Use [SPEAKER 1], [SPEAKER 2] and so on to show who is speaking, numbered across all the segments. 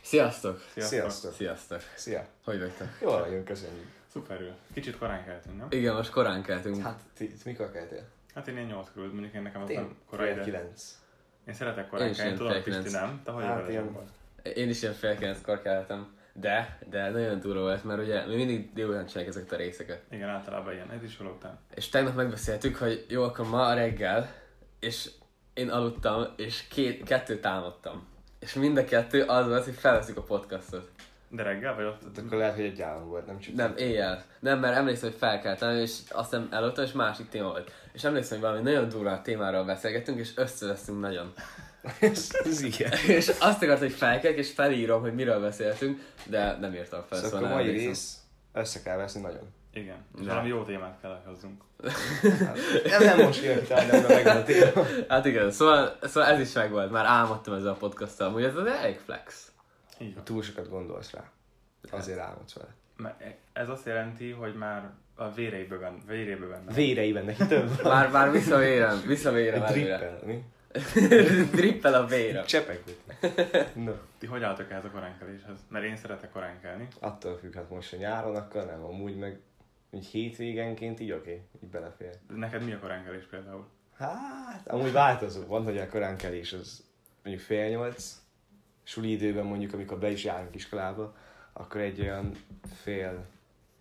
[SPEAKER 1] Sziasztok!
[SPEAKER 2] Sziasztok!
[SPEAKER 1] Sziasztok!
[SPEAKER 2] Szia!
[SPEAKER 1] Hogy vagytok?
[SPEAKER 2] Jól vagyunk, köszönjük.
[SPEAKER 3] Szuperül. Kicsit korán keltünk, nem?
[SPEAKER 1] Igen, most korán keltünk.
[SPEAKER 2] Hát, ti itt mikor keltél?
[SPEAKER 3] Hát én ilyen 8 körül, mondjuk én nekem az
[SPEAKER 2] Én
[SPEAKER 3] Hát nem korai, de...
[SPEAKER 2] 9.
[SPEAKER 3] Én szeretek
[SPEAKER 1] Én
[SPEAKER 3] korán
[SPEAKER 1] is
[SPEAKER 3] kelni,
[SPEAKER 1] ilyen fél
[SPEAKER 3] tudod, Pisti
[SPEAKER 1] kilenc.
[SPEAKER 3] nem? Te hogy
[SPEAKER 2] Hát,
[SPEAKER 3] veled
[SPEAKER 2] ilyen-
[SPEAKER 3] jobban?
[SPEAKER 1] Én is ilyen fél kilenckor keltem. De, de nagyon durva volt, mert ugye mi mindig délután csináljuk ezeket a részeket.
[SPEAKER 3] Igen, általában ilyen. Ez is jól után.
[SPEAKER 1] És tegnap megbeszéltük, hogy jó, akkor ma reggel, és én aludtam, és két, kettőt álmodtam. És mind a kettő az volt, hogy felveszük a podcastot.
[SPEAKER 3] De reggel vagy ott?
[SPEAKER 2] Hát akkor lehet, hogy egy álom volt, nem csak...
[SPEAKER 1] Nem, éjjel. Nem, mert emlékszem, hogy felkeltem, és aztán előttem, és másik téma volt. És emlékszem, hogy valami nagyon durva témáról beszélgettünk, és összevesztünk nagyon.
[SPEAKER 2] ez, ez igen.
[SPEAKER 1] És azt akartam, hogy felkelk, és felírom, hogy miről beszéltünk, de nem írtam fel,
[SPEAKER 2] Szóval
[SPEAKER 1] szóval,
[SPEAKER 2] akkor a
[SPEAKER 1] nem
[SPEAKER 2] mai
[SPEAKER 1] emlékszem.
[SPEAKER 2] rész össze kell veszni nagyon.
[SPEAKER 3] Igen. És
[SPEAKER 1] De.
[SPEAKER 3] valami jó témát kell hozzunk.
[SPEAKER 2] Nem, Hát, nem most jött el, nem meg a téma.
[SPEAKER 1] Hát igen, szóval, szóval ez is meg volt, már álmodtam ezzel a podcasttal, hogy ez az elég flex.
[SPEAKER 3] Így van.
[SPEAKER 2] Túl sokat gondolsz rá. Azért álmodsz vele.
[SPEAKER 3] Mert Ez azt jelenti, hogy már a véreiből benne. Véreiből benne.
[SPEAKER 2] Véreiben neki több van.
[SPEAKER 1] Már, már visszavérem, visszavérem
[SPEAKER 2] Egy
[SPEAKER 1] előre.
[SPEAKER 2] drippel, mi?
[SPEAKER 1] Drippel a vérem.
[SPEAKER 2] Csepeg volt. No,
[SPEAKER 3] Ti hogy álltok ehhez a koránkeléshez? Mert én szeretek korán kelni.
[SPEAKER 2] attól függ, hát most a nyáron, akkor nem, amúgy meg úgy hétvégenként így oké, így belefér.
[SPEAKER 3] De Neked mi a koránkelés például?
[SPEAKER 2] Hát, amúgy változó. Van, hogy a koránkelés az mondjuk fél nyolc, suli időben mondjuk, amikor be is járunk iskolába, akkor egy olyan fél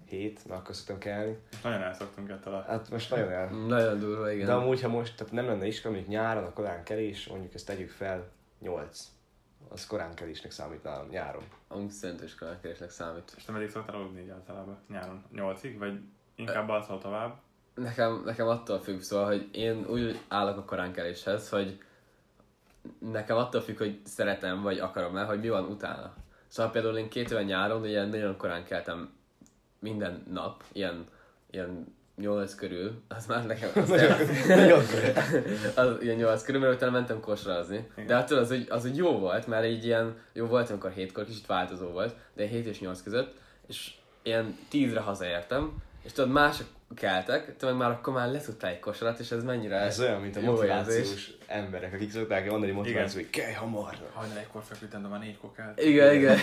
[SPEAKER 2] hét, mert akkor szoktam kelni.
[SPEAKER 3] Most nagyon elszoktunk ettől a...
[SPEAKER 2] Hát most nagyon el.
[SPEAKER 1] Nagyon durva, igen.
[SPEAKER 2] De amúgy, ha most tehát nem lenne iskola, mondjuk nyáron a koránkelés, mondjuk ezt tegyük fel nyolc. Az koránkelésnek számít nálam nyáron.
[SPEAKER 1] Amúgy szentős karakterésnek számít.
[SPEAKER 3] És te meddig szoktál aludni így általában? Nyáron? Nyolcig? Vagy inkább alszol tovább?
[SPEAKER 1] Nekem, nekem attól függ, szóval, hogy én úgy állok a koránkeléshez, hogy nekem attól függ, hogy szeretem vagy akarom-e, hogy mi van utána. Szóval például én két éve nyáron ugye nagyon korán keltem minden nap, ilyen, ilyen 8 körül, az már nekem az,
[SPEAKER 2] Nagyon
[SPEAKER 1] az ilyen 8 körül, mert utána mentem kosrazni. De attól az, úgy- az úgy jó volt, mert így ilyen, jó volt, amikor 7-kor kicsit változó volt, de 7 és 8 között, és ilyen 10-re hazaértem, és tudod, mások keltek, te meg már akkor már letudtál egy kosarat, és ez mennyire
[SPEAKER 2] Ez olyan, mint a
[SPEAKER 1] jó érzés.
[SPEAKER 2] motivációs emberek, akik szokták mondani motiváció, hogy kelj hamar.
[SPEAKER 3] Hajnal egykor feküdtem, de már négykor kelt.
[SPEAKER 1] Igen, igen.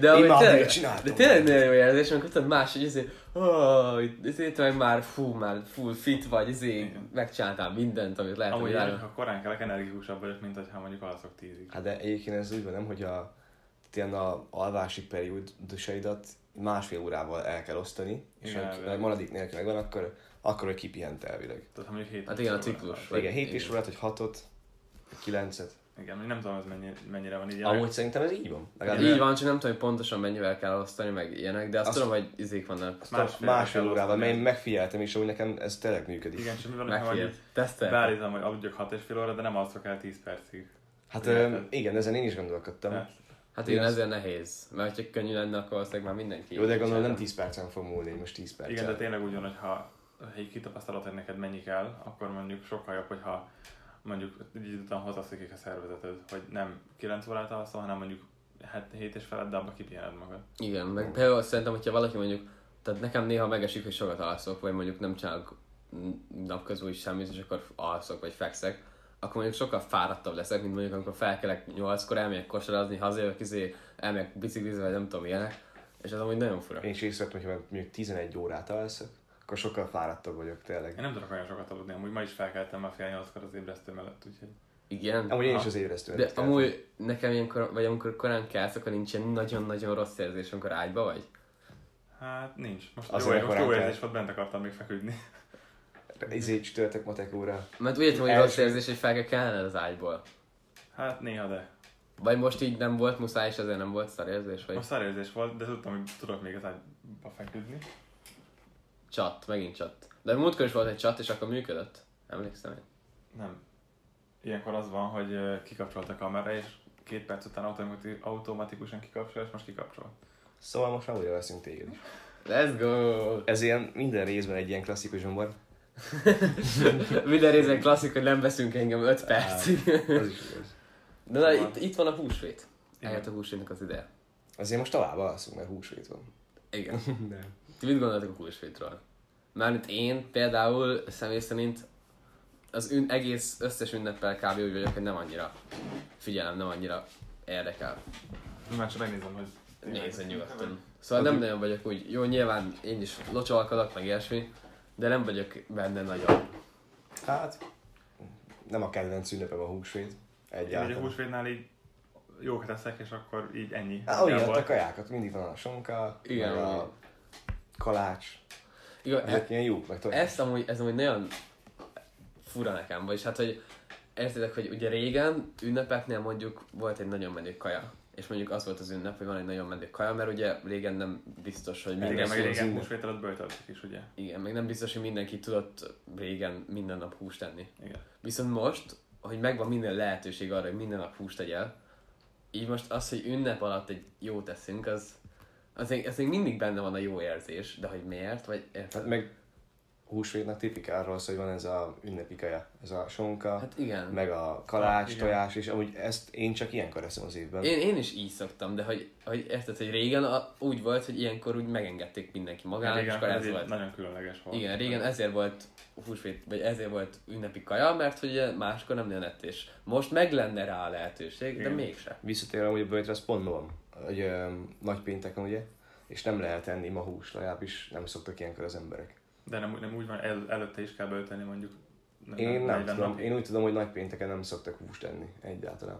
[SPEAKER 1] De,
[SPEAKER 2] Én
[SPEAKER 1] amúgy
[SPEAKER 2] már
[SPEAKER 1] tényleg,
[SPEAKER 2] miért csináltam?
[SPEAKER 1] de tényleg nagyon jó érzés, amikor tudod más, hogy izé, oh, izé, te meg már fú, már full fit vagy, izé,
[SPEAKER 3] Igen.
[SPEAKER 1] megcsináltál mindent, amit lehet,
[SPEAKER 3] Amúgy
[SPEAKER 1] hogy
[SPEAKER 3] én,
[SPEAKER 1] jár.
[SPEAKER 3] ha korán kelek, energikusabb vagyok, mint ha mondjuk alszok tízig.
[SPEAKER 2] Hát de egyébként ez úgy van, nem, hogy a, tehát ilyen a alvási periódusaidat másfél órával el kell osztani, és
[SPEAKER 3] Igen,
[SPEAKER 2] ha
[SPEAKER 3] elvileg.
[SPEAKER 2] maradék nélkül megvan, akkor, akkor hogy kipihent elvileg.
[SPEAKER 3] Tehát ha mondjuk hét
[SPEAKER 1] Hát igen, a
[SPEAKER 3] óra
[SPEAKER 1] ciklus.
[SPEAKER 3] van.
[SPEAKER 1] Vagy-
[SPEAKER 2] igen, 7 és
[SPEAKER 1] igen.
[SPEAKER 2] órát, vagy 6-ot, 9-et.
[SPEAKER 3] Igen, még nem tudom, ez mennyi, mennyire van így.
[SPEAKER 2] Amúgy szerintem ez így van.
[SPEAKER 1] Így van, csak nem tudom, hogy pontosan mennyivel kell elosztani, meg ilyenek, de azt,
[SPEAKER 2] Azt-
[SPEAKER 1] tudom, hogy izék vannak.
[SPEAKER 2] Másfél,
[SPEAKER 3] Másfél
[SPEAKER 2] másfél
[SPEAKER 3] kell
[SPEAKER 2] órával, mert
[SPEAKER 3] osztani.
[SPEAKER 2] én megfigyeltem is, hogy nekem ez tényleg működik.
[SPEAKER 3] Igen, és mi van, ha
[SPEAKER 1] Megfigyelt.
[SPEAKER 3] mondjuk
[SPEAKER 1] Tesztel.
[SPEAKER 3] beállítom, hogy aludjak 6 és fél óra, de nem alszok el 10 percig.
[SPEAKER 2] Hát
[SPEAKER 3] Ugye,
[SPEAKER 2] ö,
[SPEAKER 3] tehát-
[SPEAKER 2] igen, ezen én is gondolkodtam.
[SPEAKER 3] Tehát,
[SPEAKER 1] Hát igen,
[SPEAKER 2] Igaz.
[SPEAKER 1] ezért nehéz. Mert ha könnyű lenne, akkor valószínűleg már mindenki.
[SPEAKER 2] Jó, de gondolom nem
[SPEAKER 1] csinálta.
[SPEAKER 2] 10 percen fog múlni, hogy most 10 perc.
[SPEAKER 3] Igen, de tényleg úgy van, hogy ha ha így kitapasztalod, hogy neked mennyi kell, akkor mondjuk sokkal jobb, hogyha mondjuk egy idő után hozzaszokik a szervezeted, hogy nem 9 órát alszol, hanem mondjuk 7 és felett, de abba kipihened magad.
[SPEAKER 1] Igen, meg például szerintem, hogyha valaki mondjuk, tehát nekem néha megesik, hogy sokat alszok, vagy mondjuk nem csinálok n- napközben is semmit, és akkor alszok, vagy fekszek, akkor mondjuk sokkal fáradtabb leszek, mint mondjuk amikor felkelek 8-kor, elmegyek kosarazni, hazajövök, izé, elmegyek biciklizni, vagy nem tudom ilyenek, és az amúgy nagyon fura.
[SPEAKER 2] Én is észrevettem, hogy ha mondjuk 11 órát alszok, akkor sokkal fáradtabb vagyok tényleg.
[SPEAKER 3] Én nem tudok olyan sokat aludni, amúgy ma is felkeltem már fél nyolckor az ébresztő mellett, úgyhogy
[SPEAKER 1] Igen.
[SPEAKER 2] Amúgy én is
[SPEAKER 3] Ha.
[SPEAKER 2] az ébresztőn.
[SPEAKER 1] De amúgy nekem ilyenkor, vagy amikor korán kelsz, akkor nincsen nagyon-nagyon rossz érzés, amikor ágyba vagy.
[SPEAKER 3] hát nincs. Most
[SPEAKER 2] Azért
[SPEAKER 3] jó, most
[SPEAKER 2] korán
[SPEAKER 3] jó
[SPEAKER 2] kell.
[SPEAKER 3] érzés volt, bent akartam még feküdni.
[SPEAKER 2] Izé csütörtök matek óra.
[SPEAKER 1] Mert úgy értem, hogy
[SPEAKER 2] Első-
[SPEAKER 1] rossz érzés, hogy fel kell kelned az ágyból.
[SPEAKER 3] Hát néha, de.
[SPEAKER 1] Vagy most így nem volt muszáj, és ezért nem volt szar érzés, vagy
[SPEAKER 3] Most szarérzés volt, de tudtam, hogy tudok még az ágyba feküdni.
[SPEAKER 1] Csat, megint csat. De múltkor is volt egy csat, és akkor működött. Emlékszem én.
[SPEAKER 3] Nem. Ilyenkor az van, hogy ö, kikapcsolt a kamera, és két perc után automati- automatikusan kikapcsol, és most kikapcsol.
[SPEAKER 2] Szóval most már újra veszünk téged is.
[SPEAKER 1] Let's go!
[SPEAKER 2] Ez ilyen minden részben egy ilyen klasszikus zsombor.
[SPEAKER 1] Minden részen klasszik, hogy nem veszünk engem 5 percig.
[SPEAKER 2] Az is igaz.
[SPEAKER 1] De na, itt, itt van a húsvét.
[SPEAKER 3] Igen.
[SPEAKER 1] Eljött a húsvétnak az ideje.
[SPEAKER 2] Azért most tovább alszunk, mert húsvét van.
[SPEAKER 1] Igen.
[SPEAKER 2] Nem.
[SPEAKER 1] Ti mit gondoltok a húsvétról? Mármint én például személy szerint az ün, egész összes ünneppel kb. úgy vagyok, hogy nem annyira figyelem, nem annyira érdekel.
[SPEAKER 3] Már csak megnézem, hogy...
[SPEAKER 1] Nézze nyugodtan. Szóval nem nagyon vagyok úgy, jó nyilván én is locsolkodok, meg ilyesmi, de nem vagyok benne nagyon.
[SPEAKER 2] Hát, nem a kedvenc ünnepem a húsvét.
[SPEAKER 3] Én ugye a
[SPEAKER 2] Egyáltalán.
[SPEAKER 3] húsvétnál így jókat teszek, és akkor így ennyi.
[SPEAKER 2] Hát, úgy
[SPEAKER 3] Nagyjából.
[SPEAKER 2] a kajákat, mindig van a sonka,
[SPEAKER 1] Igen,
[SPEAKER 2] meg
[SPEAKER 1] igen.
[SPEAKER 2] a kalács.
[SPEAKER 1] Igaz,
[SPEAKER 2] Ezek ilyen jók, meg tojás.
[SPEAKER 1] hát Ezt amúgy, ez amúgy nagyon fura nekem, vagyis hát, hogy értitek, hogy ugye régen ünnepeknél mondjuk volt egy nagyon menő kaja. És mondjuk az volt az ünnep, hogy van egy nagyon menő kaja, mert ugye régen nem biztos, hogy
[SPEAKER 3] Igen,
[SPEAKER 1] mindenki...
[SPEAKER 3] meg
[SPEAKER 2] az
[SPEAKER 3] régen
[SPEAKER 2] ünnep.
[SPEAKER 3] húsvét előtt böjtöltök is, ugye?
[SPEAKER 1] Igen, meg nem biztos, hogy mindenki tudott régen minden nap húst tenni.
[SPEAKER 3] Igen.
[SPEAKER 1] Viszont most, hogy megvan minden lehetőség arra, hogy minden nap húst tegyel, így most az, hogy ünnep alatt egy jó teszünk, az, az, még, az még mindig benne van a jó érzés, de hogy miért, vagy
[SPEAKER 2] Hát
[SPEAKER 1] érted?
[SPEAKER 2] meg húsvétnak tipikáról szól, hogy van ez a ünnepi kaja, ez a sonka,
[SPEAKER 1] Hát igen.
[SPEAKER 2] meg a kalács,
[SPEAKER 3] Ah, igen.
[SPEAKER 2] tojás, és amúgy ezt én csak ilyenkor eszem az évben.
[SPEAKER 1] Én, én is így szoktam, de hogy, hogy érted, hogy régen a, úgy volt, hogy ilyenkor úgy megengedték mindenki magának, és
[SPEAKER 3] Régen
[SPEAKER 1] akkor
[SPEAKER 3] ez
[SPEAKER 1] ez
[SPEAKER 3] egy
[SPEAKER 1] volt.
[SPEAKER 3] Hát nagyon különleges volt.
[SPEAKER 1] Igen, régen ezért volt húsvét, vagy ezért volt ünnepi kaja, mert hogy ugye máskor nem nagyon lett, és most meg lenne rá a lehetőség, de
[SPEAKER 3] Igen.
[SPEAKER 1] mégse.
[SPEAKER 2] Visszatérve amúgy a böjtre, az pont ma van, hogy ö, nagy pénteken ugye, és nem lehet enni ma hús, legalábbis nem szoktak ilyenkor az emberek.
[SPEAKER 3] De nem, nem úgy van, el, előtte is kell bölteni mondjuk. nem-
[SPEAKER 2] Én nem
[SPEAKER 3] 40
[SPEAKER 2] tudom,
[SPEAKER 3] napig.
[SPEAKER 2] én úgy tudom, hogy nagy pénteken nem szoktak húst enni egyáltalán.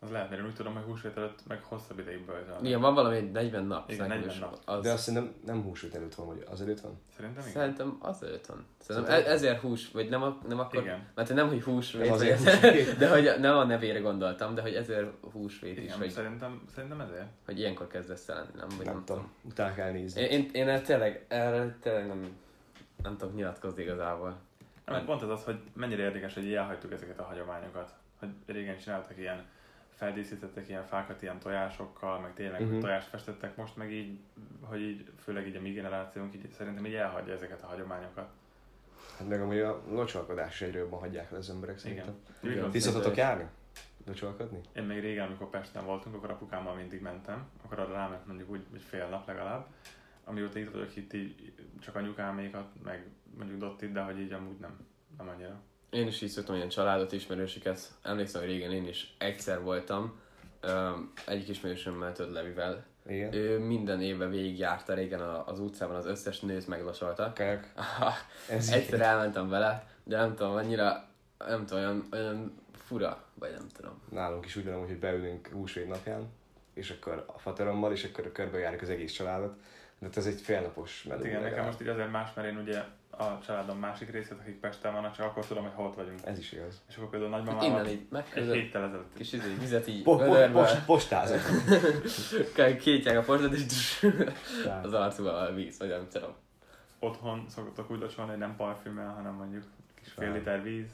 [SPEAKER 3] Az lehet, mert én úgy tudom, hogy húsvét előtt meg hosszabb ideig böltölnek.
[SPEAKER 1] Igen, van valami egy 40 nap.
[SPEAKER 3] Igen,
[SPEAKER 1] szerintem
[SPEAKER 3] 40
[SPEAKER 1] is.
[SPEAKER 3] nap.
[SPEAKER 1] Az,
[SPEAKER 2] De azt szerintem nem húsvét előtt van, vagy az előtt van?
[SPEAKER 3] Szerintem igen.
[SPEAKER 1] Szerintem az előtt van. Szerintem
[SPEAKER 2] Szerintem-
[SPEAKER 1] e- ezért hús, vagy nem, a, nem akkor,
[SPEAKER 3] Igen.
[SPEAKER 1] mert nem, hogy húsvét,
[SPEAKER 2] Nem
[SPEAKER 1] vagy,
[SPEAKER 2] azért húsvét.
[SPEAKER 1] de hogy nem a nevére gondoltam, de hogy ezért húsvét is,
[SPEAKER 3] Igen,
[SPEAKER 1] hogy,
[SPEAKER 3] szerintem, szerintem ezért.
[SPEAKER 1] hogy ilyenkor kezd összelenni, nem? Vagy
[SPEAKER 2] Nem tudom, utána kell nézni.
[SPEAKER 1] Én, én, én erre tényleg, erre tényleg nem, nem tudok nyilatkozni igazából.
[SPEAKER 3] Nem,
[SPEAKER 1] Hát-
[SPEAKER 3] mert pont ez az, hogy mennyire érdekes, hogy így elhagytuk ezeket a hagyományokat. Hogy régen csináltak ilyen, feldíszítettek ilyen fákat ilyen tojásokkal, meg tényleg
[SPEAKER 2] Mhm.
[SPEAKER 3] uh-huh. tojást festettek most, meg így, hogy így, főleg így a mi generációnk így szerintem így elhagyja ezeket a hagyományokat.
[SPEAKER 2] Hát meg amúgy a locsolkodás egyre jobban hagyják el az emberek szerintem.
[SPEAKER 3] Úgy
[SPEAKER 1] Igen.
[SPEAKER 3] van.
[SPEAKER 2] Ti
[SPEAKER 1] Biztos-
[SPEAKER 2] szoktatok járni? Locsolkodni?
[SPEAKER 3] Én még régen, amikor Pesten voltunk, akkor apukámmal mindig mentem, akkor arra ráment mondjuk úgy, hogy fél nap legalább. Amióta itt vagyok itt, így csak anyukámékat, meg mondjuk Dottit, de hogy így amúgy nem, nem annyira. Hát
[SPEAKER 1] Én is így szoktam ilyen családot, ismerősöket. Emlékszem, hogy régen én is egyszer voltam, öm, egyik ismerősömmel, Töd Levivel.
[SPEAKER 2] Igen.
[SPEAKER 1] Ő minden évben végigjárta régen a- az utcában, az összes nőt meglasolta.
[SPEAKER 2] Kajak. Ez
[SPEAKER 1] Egyszer elmentem vele, de nem tudom, annyira, nem tudom, olyan, olyan fura, vagy nem tudom.
[SPEAKER 2] nálunk is ugyanúgy, hogy beülünk húsvét napján, és akkor a faterommal, és akkor körbejárjuk az egész családot. De hát ez egy félnapos meló.
[SPEAKER 3] Hát igen, nekem
[SPEAKER 2] legalább.
[SPEAKER 3] most így azért más, mert én ugye a családom másik részét, akik Pesten vannak, csak akkor tudom, hogy hol ott vagyunk.
[SPEAKER 2] Ez is igaz.
[SPEAKER 3] És akkor például
[SPEAKER 1] Hát
[SPEAKER 3] nagymamámat
[SPEAKER 1] innen így
[SPEAKER 3] egy
[SPEAKER 1] megközött,
[SPEAKER 3] héttel ezelőtt
[SPEAKER 1] kis izé, vizet így
[SPEAKER 2] Po, po,
[SPEAKER 1] vödörbe,
[SPEAKER 2] post, postázok.
[SPEAKER 1] kétják a portot, és
[SPEAKER 2] Tehát
[SPEAKER 1] az arcukba a víz, vagy nem tudom.
[SPEAKER 3] otthon szoktak úgy locsolni, hogy nem parfümmel, hanem mondjuk kis fél
[SPEAKER 2] Fán.
[SPEAKER 3] liter víz.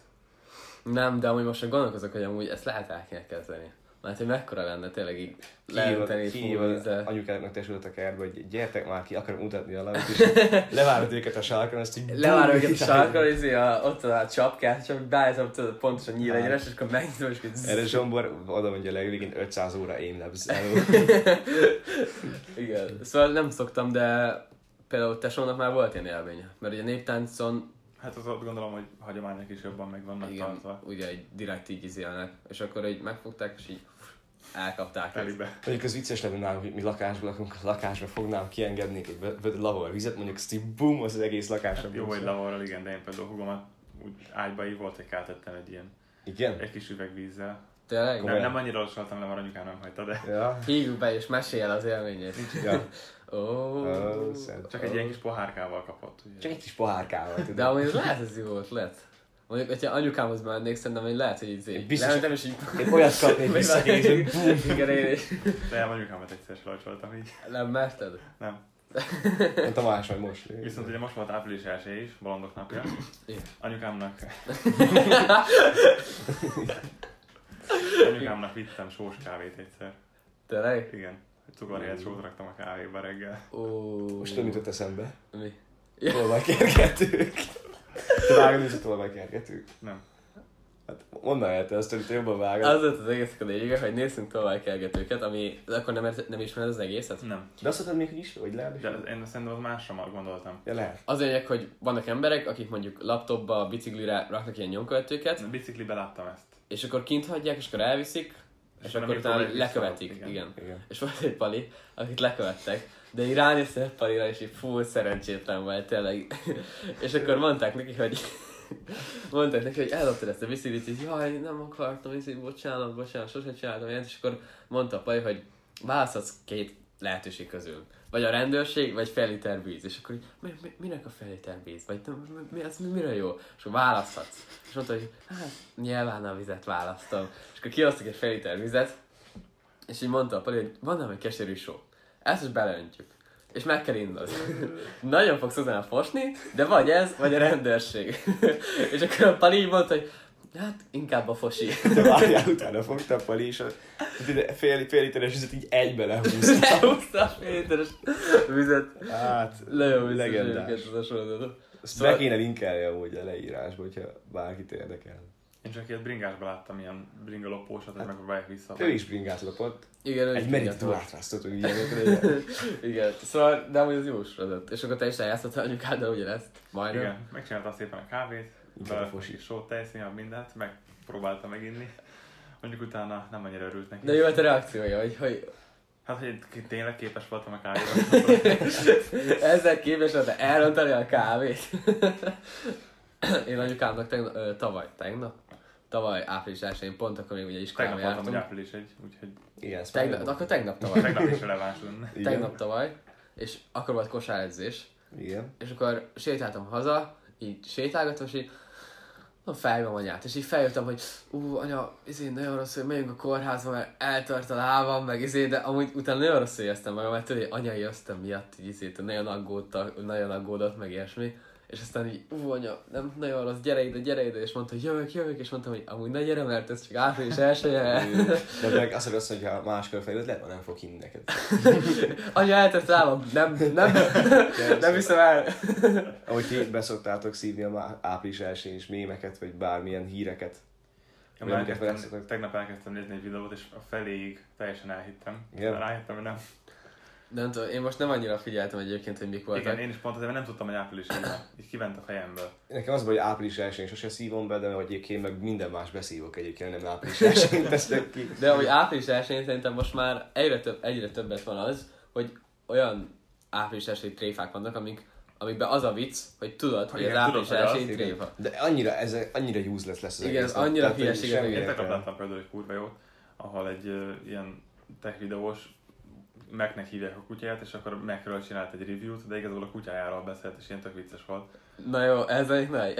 [SPEAKER 1] Nem, de amúgy most csak gondolkozok, hogy amúgy ezt lehet el kéne kezdeni. Mert hogy mekkora lenne tényleg így
[SPEAKER 2] kihívod-
[SPEAKER 1] leüteni
[SPEAKER 2] Kihívod
[SPEAKER 1] fúvízzel.
[SPEAKER 2] anyukáknak tesült a kertbe, hogy gyertek már ki, akarom mutatni valamit, és levárod őket a sarkon, azt így...
[SPEAKER 1] Levárom
[SPEAKER 2] bum,
[SPEAKER 1] őket a
[SPEAKER 2] kitágít.
[SPEAKER 1] sarkon, izé, a, ott a csapkát, csak beállítom, tudod, pontosan nyílegyenes, és akkor megnyitom, és akkor
[SPEAKER 2] Erre Zsombor oda mondja le, hogy 500 óra én lebsz elő.
[SPEAKER 1] Igen, szóval nem szoktam, de például tesónak már volt ilyen élménye. Mert ugye néptáncon
[SPEAKER 3] Hát az ott gondolom, hogy hagyományok is jobban meg vannak
[SPEAKER 1] igen,
[SPEAKER 3] tartva.
[SPEAKER 1] ugye egy direkt így izélnek, és akkor így megfogták, és így elkapták. őt.
[SPEAKER 3] Telibe.
[SPEAKER 2] Mondjuk az vicces lenne nálunk, hogy mi lakásban lakunk, a lakásba fognám, kiengednék egy vö- vö- lavor vizet, mondjuk azt így bum, az, az egész lakásra.
[SPEAKER 3] Hát Jó,
[SPEAKER 2] bum.
[SPEAKER 3] hogy lavarral, igen, de én például hugomat úgy ágyba volt, hogy rátettem egy ilyen
[SPEAKER 2] Igen?
[SPEAKER 3] egy kis üvegvízzel.
[SPEAKER 1] Tényleg?
[SPEAKER 2] Komolyan.
[SPEAKER 3] Nem, nem annyira lassoltam le, mert anyukám nem hagyta, de
[SPEAKER 2] Ja.
[SPEAKER 1] Hívjuk be és mesélj el az élményét.
[SPEAKER 2] ja.
[SPEAKER 1] Ó, oh,
[SPEAKER 2] Ö, szent.
[SPEAKER 3] csak egy ilyen kis pohárkával kapott. Ugye.
[SPEAKER 2] Csak egy kis pohárkával, tudod.
[SPEAKER 1] De amúgy lehet ez jó ötlet. Mondjuk, hogyha anyukámhoz mennék, szerintem hogy lehet, hogy így zé.
[SPEAKER 2] Biztos-
[SPEAKER 1] Lementem, és így...
[SPEAKER 2] Én olyat kapnék visszakézünk.
[SPEAKER 1] Igen, én is.
[SPEAKER 3] De nem anyukámat egyszer sem locsoltam így.
[SPEAKER 1] Nem merted?
[SPEAKER 3] Nem.
[SPEAKER 2] A Tamás majd most.
[SPEAKER 3] Viszont ugye most volt április 1 is, bolondok napja.
[SPEAKER 1] Igen.
[SPEAKER 3] Anyukámnak... Anyukámnak vittem sós kávét egyszer.
[SPEAKER 1] Tényleg?
[SPEAKER 3] Igen. Cukor helyett sót raktam a kávéba reggel.
[SPEAKER 1] Ó.
[SPEAKER 2] Most nem jutott eszembe.
[SPEAKER 1] Mi?
[SPEAKER 2] Tolvajkergetők. Te vágod is a tolvajkergetők?
[SPEAKER 3] Nem.
[SPEAKER 2] Hát onnan érte azt, hogy te jobban vágod.
[SPEAKER 1] Az volt az egész a lényege, hogy nézzünk tovább kergetőket, ami akkor nem, ért- nem ismered az egészet.
[SPEAKER 3] Nem.
[SPEAKER 2] De azt mondtad még, hogy is, vagy lehet?
[SPEAKER 3] De
[SPEAKER 2] is?
[SPEAKER 3] én szerintem az másra már gondoltam.
[SPEAKER 2] Ja, lehet.
[SPEAKER 1] Az a lényeg, hogy vannak emberek, akik mondjuk laptopba, biciklire raknak ilyen nyomkövetőket,
[SPEAKER 3] Biciklibe láttam ezt.
[SPEAKER 1] és akkor kint hagyják, és akkor elviszik,
[SPEAKER 3] És
[SPEAKER 1] és,
[SPEAKER 3] utána
[SPEAKER 1] akkor
[SPEAKER 3] még
[SPEAKER 1] utána
[SPEAKER 3] próbálják
[SPEAKER 1] lekövetik, igen.
[SPEAKER 3] visszahozni,
[SPEAKER 1] igen.
[SPEAKER 2] Igen.
[SPEAKER 1] És volt egy pali, akit lekövettek, de így ránéztem egy palira, és így fú, szerencsétlen volt, tényleg. és akkor mondták neki, hogy mondták neki, hogy elloptad ezt a biciklit, így jaj, nem akartam, és így bocsánat, bocsánat, sose csináltam ilyet, és akkor mondta a pali, hogy választhatsz két lehetőség közül. Vagy a rendőrség, vagy fél liter víz. És akkor így, mi, mi, minek a fél liter víz? Vagy nem, mi, mi, az mi, mire jó? És akkor választhatsz. És mondta, hogy hát nyilván a vizet választom. És akkor kiosztok egy fél liter vizet, és így mondta a Pali, hogy van nem egy keserű só. Ezt is beleöntjük. És meg kell innod. Nagyon fogsz utána fosni, de vagy ez, vagy a rendőrség. és akkor a Pali így mondta, hogy hát inkább a fosi.
[SPEAKER 2] De várjál, utána fogta a pali, és a fél, fél literes vizet így egybe lehúzta.
[SPEAKER 1] Lehúzta a fél literes vizet.
[SPEAKER 2] Hát,
[SPEAKER 1] Nagyon
[SPEAKER 2] legendás.
[SPEAKER 1] legendás. Ez a sorozatot.
[SPEAKER 2] Ezt be kéne linkelni amúgy a leírásba, hogyha bárkit érdekel.
[SPEAKER 3] Én csak ilyet bringásban láttam, ilyen bringalopósat,
[SPEAKER 1] Hát,
[SPEAKER 3] hogy megpróbálják vissza.
[SPEAKER 2] Ő is bringázlapot.
[SPEAKER 1] Igen, ő is
[SPEAKER 2] Egy
[SPEAKER 1] mindjárt
[SPEAKER 2] merítő
[SPEAKER 1] volt.
[SPEAKER 2] átráztott, hogy ilyenek legyen.
[SPEAKER 1] Igen, szóval, de amúgy az jó sorozat. És akkor te is eljátszottál anyukáddal ugyanezt? Majdnem.
[SPEAKER 3] Igen, megcsináltam szépen a kávét,
[SPEAKER 2] Inkább a
[SPEAKER 3] belefogott
[SPEAKER 2] fosi.
[SPEAKER 3] kis sót, tejszín, mindent, megpróbáltam meginni. Mondjuk utána nem annyira örült neki.
[SPEAKER 1] De jó volt a reakciója, hogy, hogy
[SPEAKER 3] Hát, hogy k- tényleg képes voltam a kávéra.
[SPEAKER 1] ezzel képes volt elrontani a kávét. Én anyukámnak tegnap, ö, tavaly, tegnap? Tavaly április 1-én, pont akkor még ugye
[SPEAKER 3] Tegnap
[SPEAKER 1] iskolába
[SPEAKER 3] voltam, hogy
[SPEAKER 1] jártunk.
[SPEAKER 3] április egy, úgyhogy
[SPEAKER 2] Igen, ezt
[SPEAKER 1] Tegnap,
[SPEAKER 2] már-
[SPEAKER 1] akkor tegnap tavaly.
[SPEAKER 3] tegnap is releváns lenne.
[SPEAKER 2] Igen.
[SPEAKER 1] Tegnap tavaly. És akkor volt kosáredzés.
[SPEAKER 2] Igen.
[SPEAKER 1] És akkor sétáltam haza, így sétálgattam, és így a fejben anyát, és így feljöttem, hogy ú, anya, izé, nagyon rossz, hogy megyünk a kórházba, mert eltört a lábam, meg izé, de amúgy utána nagyon rossz éreztem magam, mert tudod, anyai ösztön miatt így izé, tudod, nagyon aggódtak, nagyon aggódott, meg ilyesmi, és aztán így, ú, anya, nem nagyon rossz, gyere ide, gyere ide, és mondta, hogy jövök, jövök, és mondtam, hogy amúgy ne gyere, mert ez csak április elsője.
[SPEAKER 2] De meg azt mondja, hogy ha máskor fejlőd, lehet, hogy nem fog hinni neked.
[SPEAKER 1] anya, eltört a lábam, nem, nem, nem hiszem el.
[SPEAKER 2] Ahogy ti beszoktátok szívni a má- április elsőn is mémeket, vagy bármilyen híreket.
[SPEAKER 3] Ja,
[SPEAKER 2] Vagy
[SPEAKER 3] már
[SPEAKER 2] amiket
[SPEAKER 3] elkezdtem,
[SPEAKER 2] felszoktak.
[SPEAKER 3] tegnap elkezdtem nézni egy videót, és a feléig teljesen elhittem.
[SPEAKER 2] Igen.
[SPEAKER 3] Aztán Rájöttem, hogy nem.
[SPEAKER 1] Nem tudom, én most nem annyira figyeltem egyébként, hogy mik voltak.
[SPEAKER 3] Igen, én is pont azért, mert nem tudtam, hogy április van. Így kiment a fejemből.
[SPEAKER 2] Nekem az, a baj, hogy április elsőn sose szívom be, de hogy egyébként meg minden más beszívok egyébként, nem április elsőn tesznek ki.
[SPEAKER 1] De hogy április 1 szerintem most már egyre, több, egyre többet van az, hogy olyan április 1 tréfák vannak, amik, amikben az a vicc, hogy tudod, hogy az
[SPEAKER 3] Igen,
[SPEAKER 1] április
[SPEAKER 3] tudod, hogy
[SPEAKER 1] 1 tréfa.
[SPEAKER 2] De annyira, ez annyira useless lesz az
[SPEAKER 1] Igen,
[SPEAKER 2] egész.
[SPEAKER 1] ez annyira
[SPEAKER 2] hogy
[SPEAKER 1] hülyeség,
[SPEAKER 2] semmi
[SPEAKER 1] igen.
[SPEAKER 3] Én
[SPEAKER 2] értelme.
[SPEAKER 3] tegnap láttam például egy kurva jót, ahol egy ö, ilyen tech videós Mac-nek hívják a kutyáját, és akkor Mac-ről csinált egy review-t, de igazából a kutyájáról beszélt, és ilyen tök vicces volt.
[SPEAKER 1] Na jó, ez egy nagy.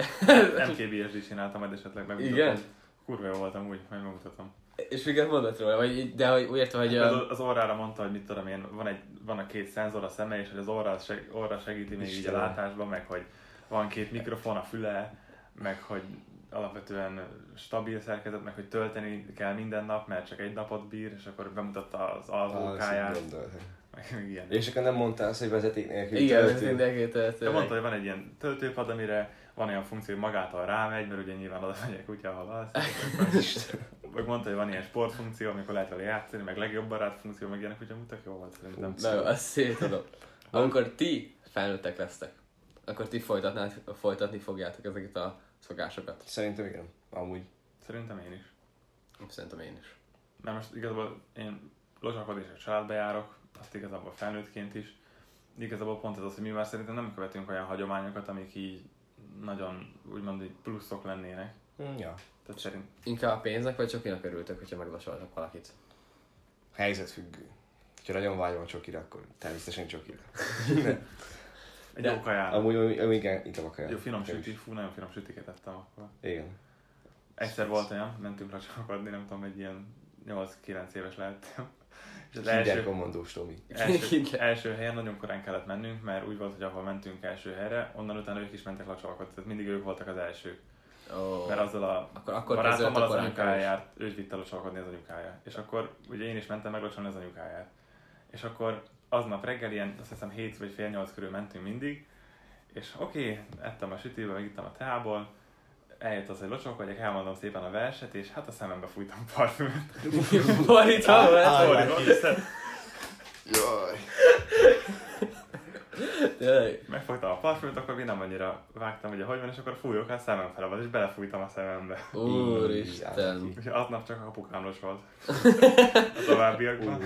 [SPEAKER 3] MKBSD csináltam, majd esetleg megmutatom.
[SPEAKER 1] Igen?
[SPEAKER 3] Kurva jó voltam úgy, majd megmutatom.
[SPEAKER 1] És miket mondott róla? Vagy, így- de hogy úgy értem, hogy
[SPEAKER 3] Például
[SPEAKER 1] a...
[SPEAKER 3] Hát az orrára mondta, hogy mit tudom én, van, egy, van a két szenzor a szeme, és hogy az orra, seg, orra segíti még így a
[SPEAKER 2] Istenem.
[SPEAKER 3] látásban, meg hogy van két mikrofon a füle, meg hogy alapvetően stabil szerkezet, meg hogy tölteni kell minden nap, mert csak egy napot bír, és akkor bemutatta az alvókáját,
[SPEAKER 2] Azt gondoltam.
[SPEAKER 3] meg meg ilyen.
[SPEAKER 2] És akkor nem mondtál azt, hogy vezeték nélkül
[SPEAKER 1] Igen, ez
[SPEAKER 2] töltő.
[SPEAKER 1] mindenki
[SPEAKER 3] De mondta,
[SPEAKER 1] töltő.
[SPEAKER 3] hogy van egy ilyen töltőpad, amire van olyan funkció, hogy magától rámegy, mert ugye nyilván oda megy a kutya, ahol alszik. Meg mondta, hogy van ilyen sportfunkció, amikor lehet vele játszani, meg legjobb barát funkció, meg ilyenek, úgyhogy tök jó volt szerintem.
[SPEAKER 1] Na jó, azt szétadom. Amikor ti felnőttek lesztek, akkor ti folytatnád, folytatni fogjátok ezeket a szokásokat.
[SPEAKER 2] Szerintem igen, amúgy.
[SPEAKER 3] Szerintem én is.
[SPEAKER 1] Szerintem én is.
[SPEAKER 3] Mert most igazából én locsakodés a családba járok, azt igazából felnőttként is. Igazából pont ez az, hogy mi már szerintem nem követünk olyan hagyományokat, amik így nagyon úgymond így pluszok lennének.
[SPEAKER 2] Hm, Ja.
[SPEAKER 3] Tehát szerint
[SPEAKER 1] Inkább a pénznek, vagy csak minek örültök, hogyha megvasoltak valakit?
[SPEAKER 2] Helyzetfüggő. Ha nagyon vágyom a csokira, akkor természetesen csokira.
[SPEAKER 3] egy
[SPEAKER 1] De
[SPEAKER 3] jó kaján.
[SPEAKER 2] Amúgy, amúgy, amúgy igen, inkább a kaját.
[SPEAKER 3] Jó finom
[SPEAKER 2] Nekem is.
[SPEAKER 3] süti, fú, nagyon finom sütiket ettem akkor.
[SPEAKER 2] Igen.
[SPEAKER 3] Egyszer volt olyan, mentünk locsakodni, nem tudom, egy ilyen 8-9 éves lehettem. És az
[SPEAKER 2] Kinder
[SPEAKER 3] első,
[SPEAKER 2] kommandós Tomi.
[SPEAKER 3] első,
[SPEAKER 1] Kinder.
[SPEAKER 3] első helyen nagyon korán kellett mennünk, mert úgy volt, hogy ahol mentünk első helyre, onnan utána ők is mentek locsalkodni, tehát mindig ők voltak az elsők.
[SPEAKER 1] Oh.
[SPEAKER 3] Mert azzal a
[SPEAKER 1] Akkor, akkor
[SPEAKER 3] akkor barátommal
[SPEAKER 1] közölt
[SPEAKER 3] az
[SPEAKER 1] a
[SPEAKER 3] anyukája
[SPEAKER 1] anyukáját.
[SPEAKER 3] járt, őt vitt el locsolkodni az anyukája. És akkor ugye én is mentem meglocsolni az anyukáját. És akkor aznap reggel ilyen, azt hiszem 7 vagy fél 8 körül mentünk mindig, és oké, okay, ettem a sütőbe, meg ittam a teából, eljött az, hogy locsolkodjak, elmondom szépen a verset, és hát a szemembe fújtam parfümöt.
[SPEAKER 1] Fordítva
[SPEAKER 2] Á,
[SPEAKER 1] volt.
[SPEAKER 2] á.
[SPEAKER 3] Fordítva,
[SPEAKER 2] Jaj.
[SPEAKER 1] Tényleg?
[SPEAKER 3] Megfogtam a parfümöt, akkor még nem annyira vágtam, hogy hogy van, és akkor fújok a szemem fele volt, és belefújtam a szemembe.
[SPEAKER 1] Úristen.
[SPEAKER 3] És aznap csak a apukámlos volt. A továbbiakban.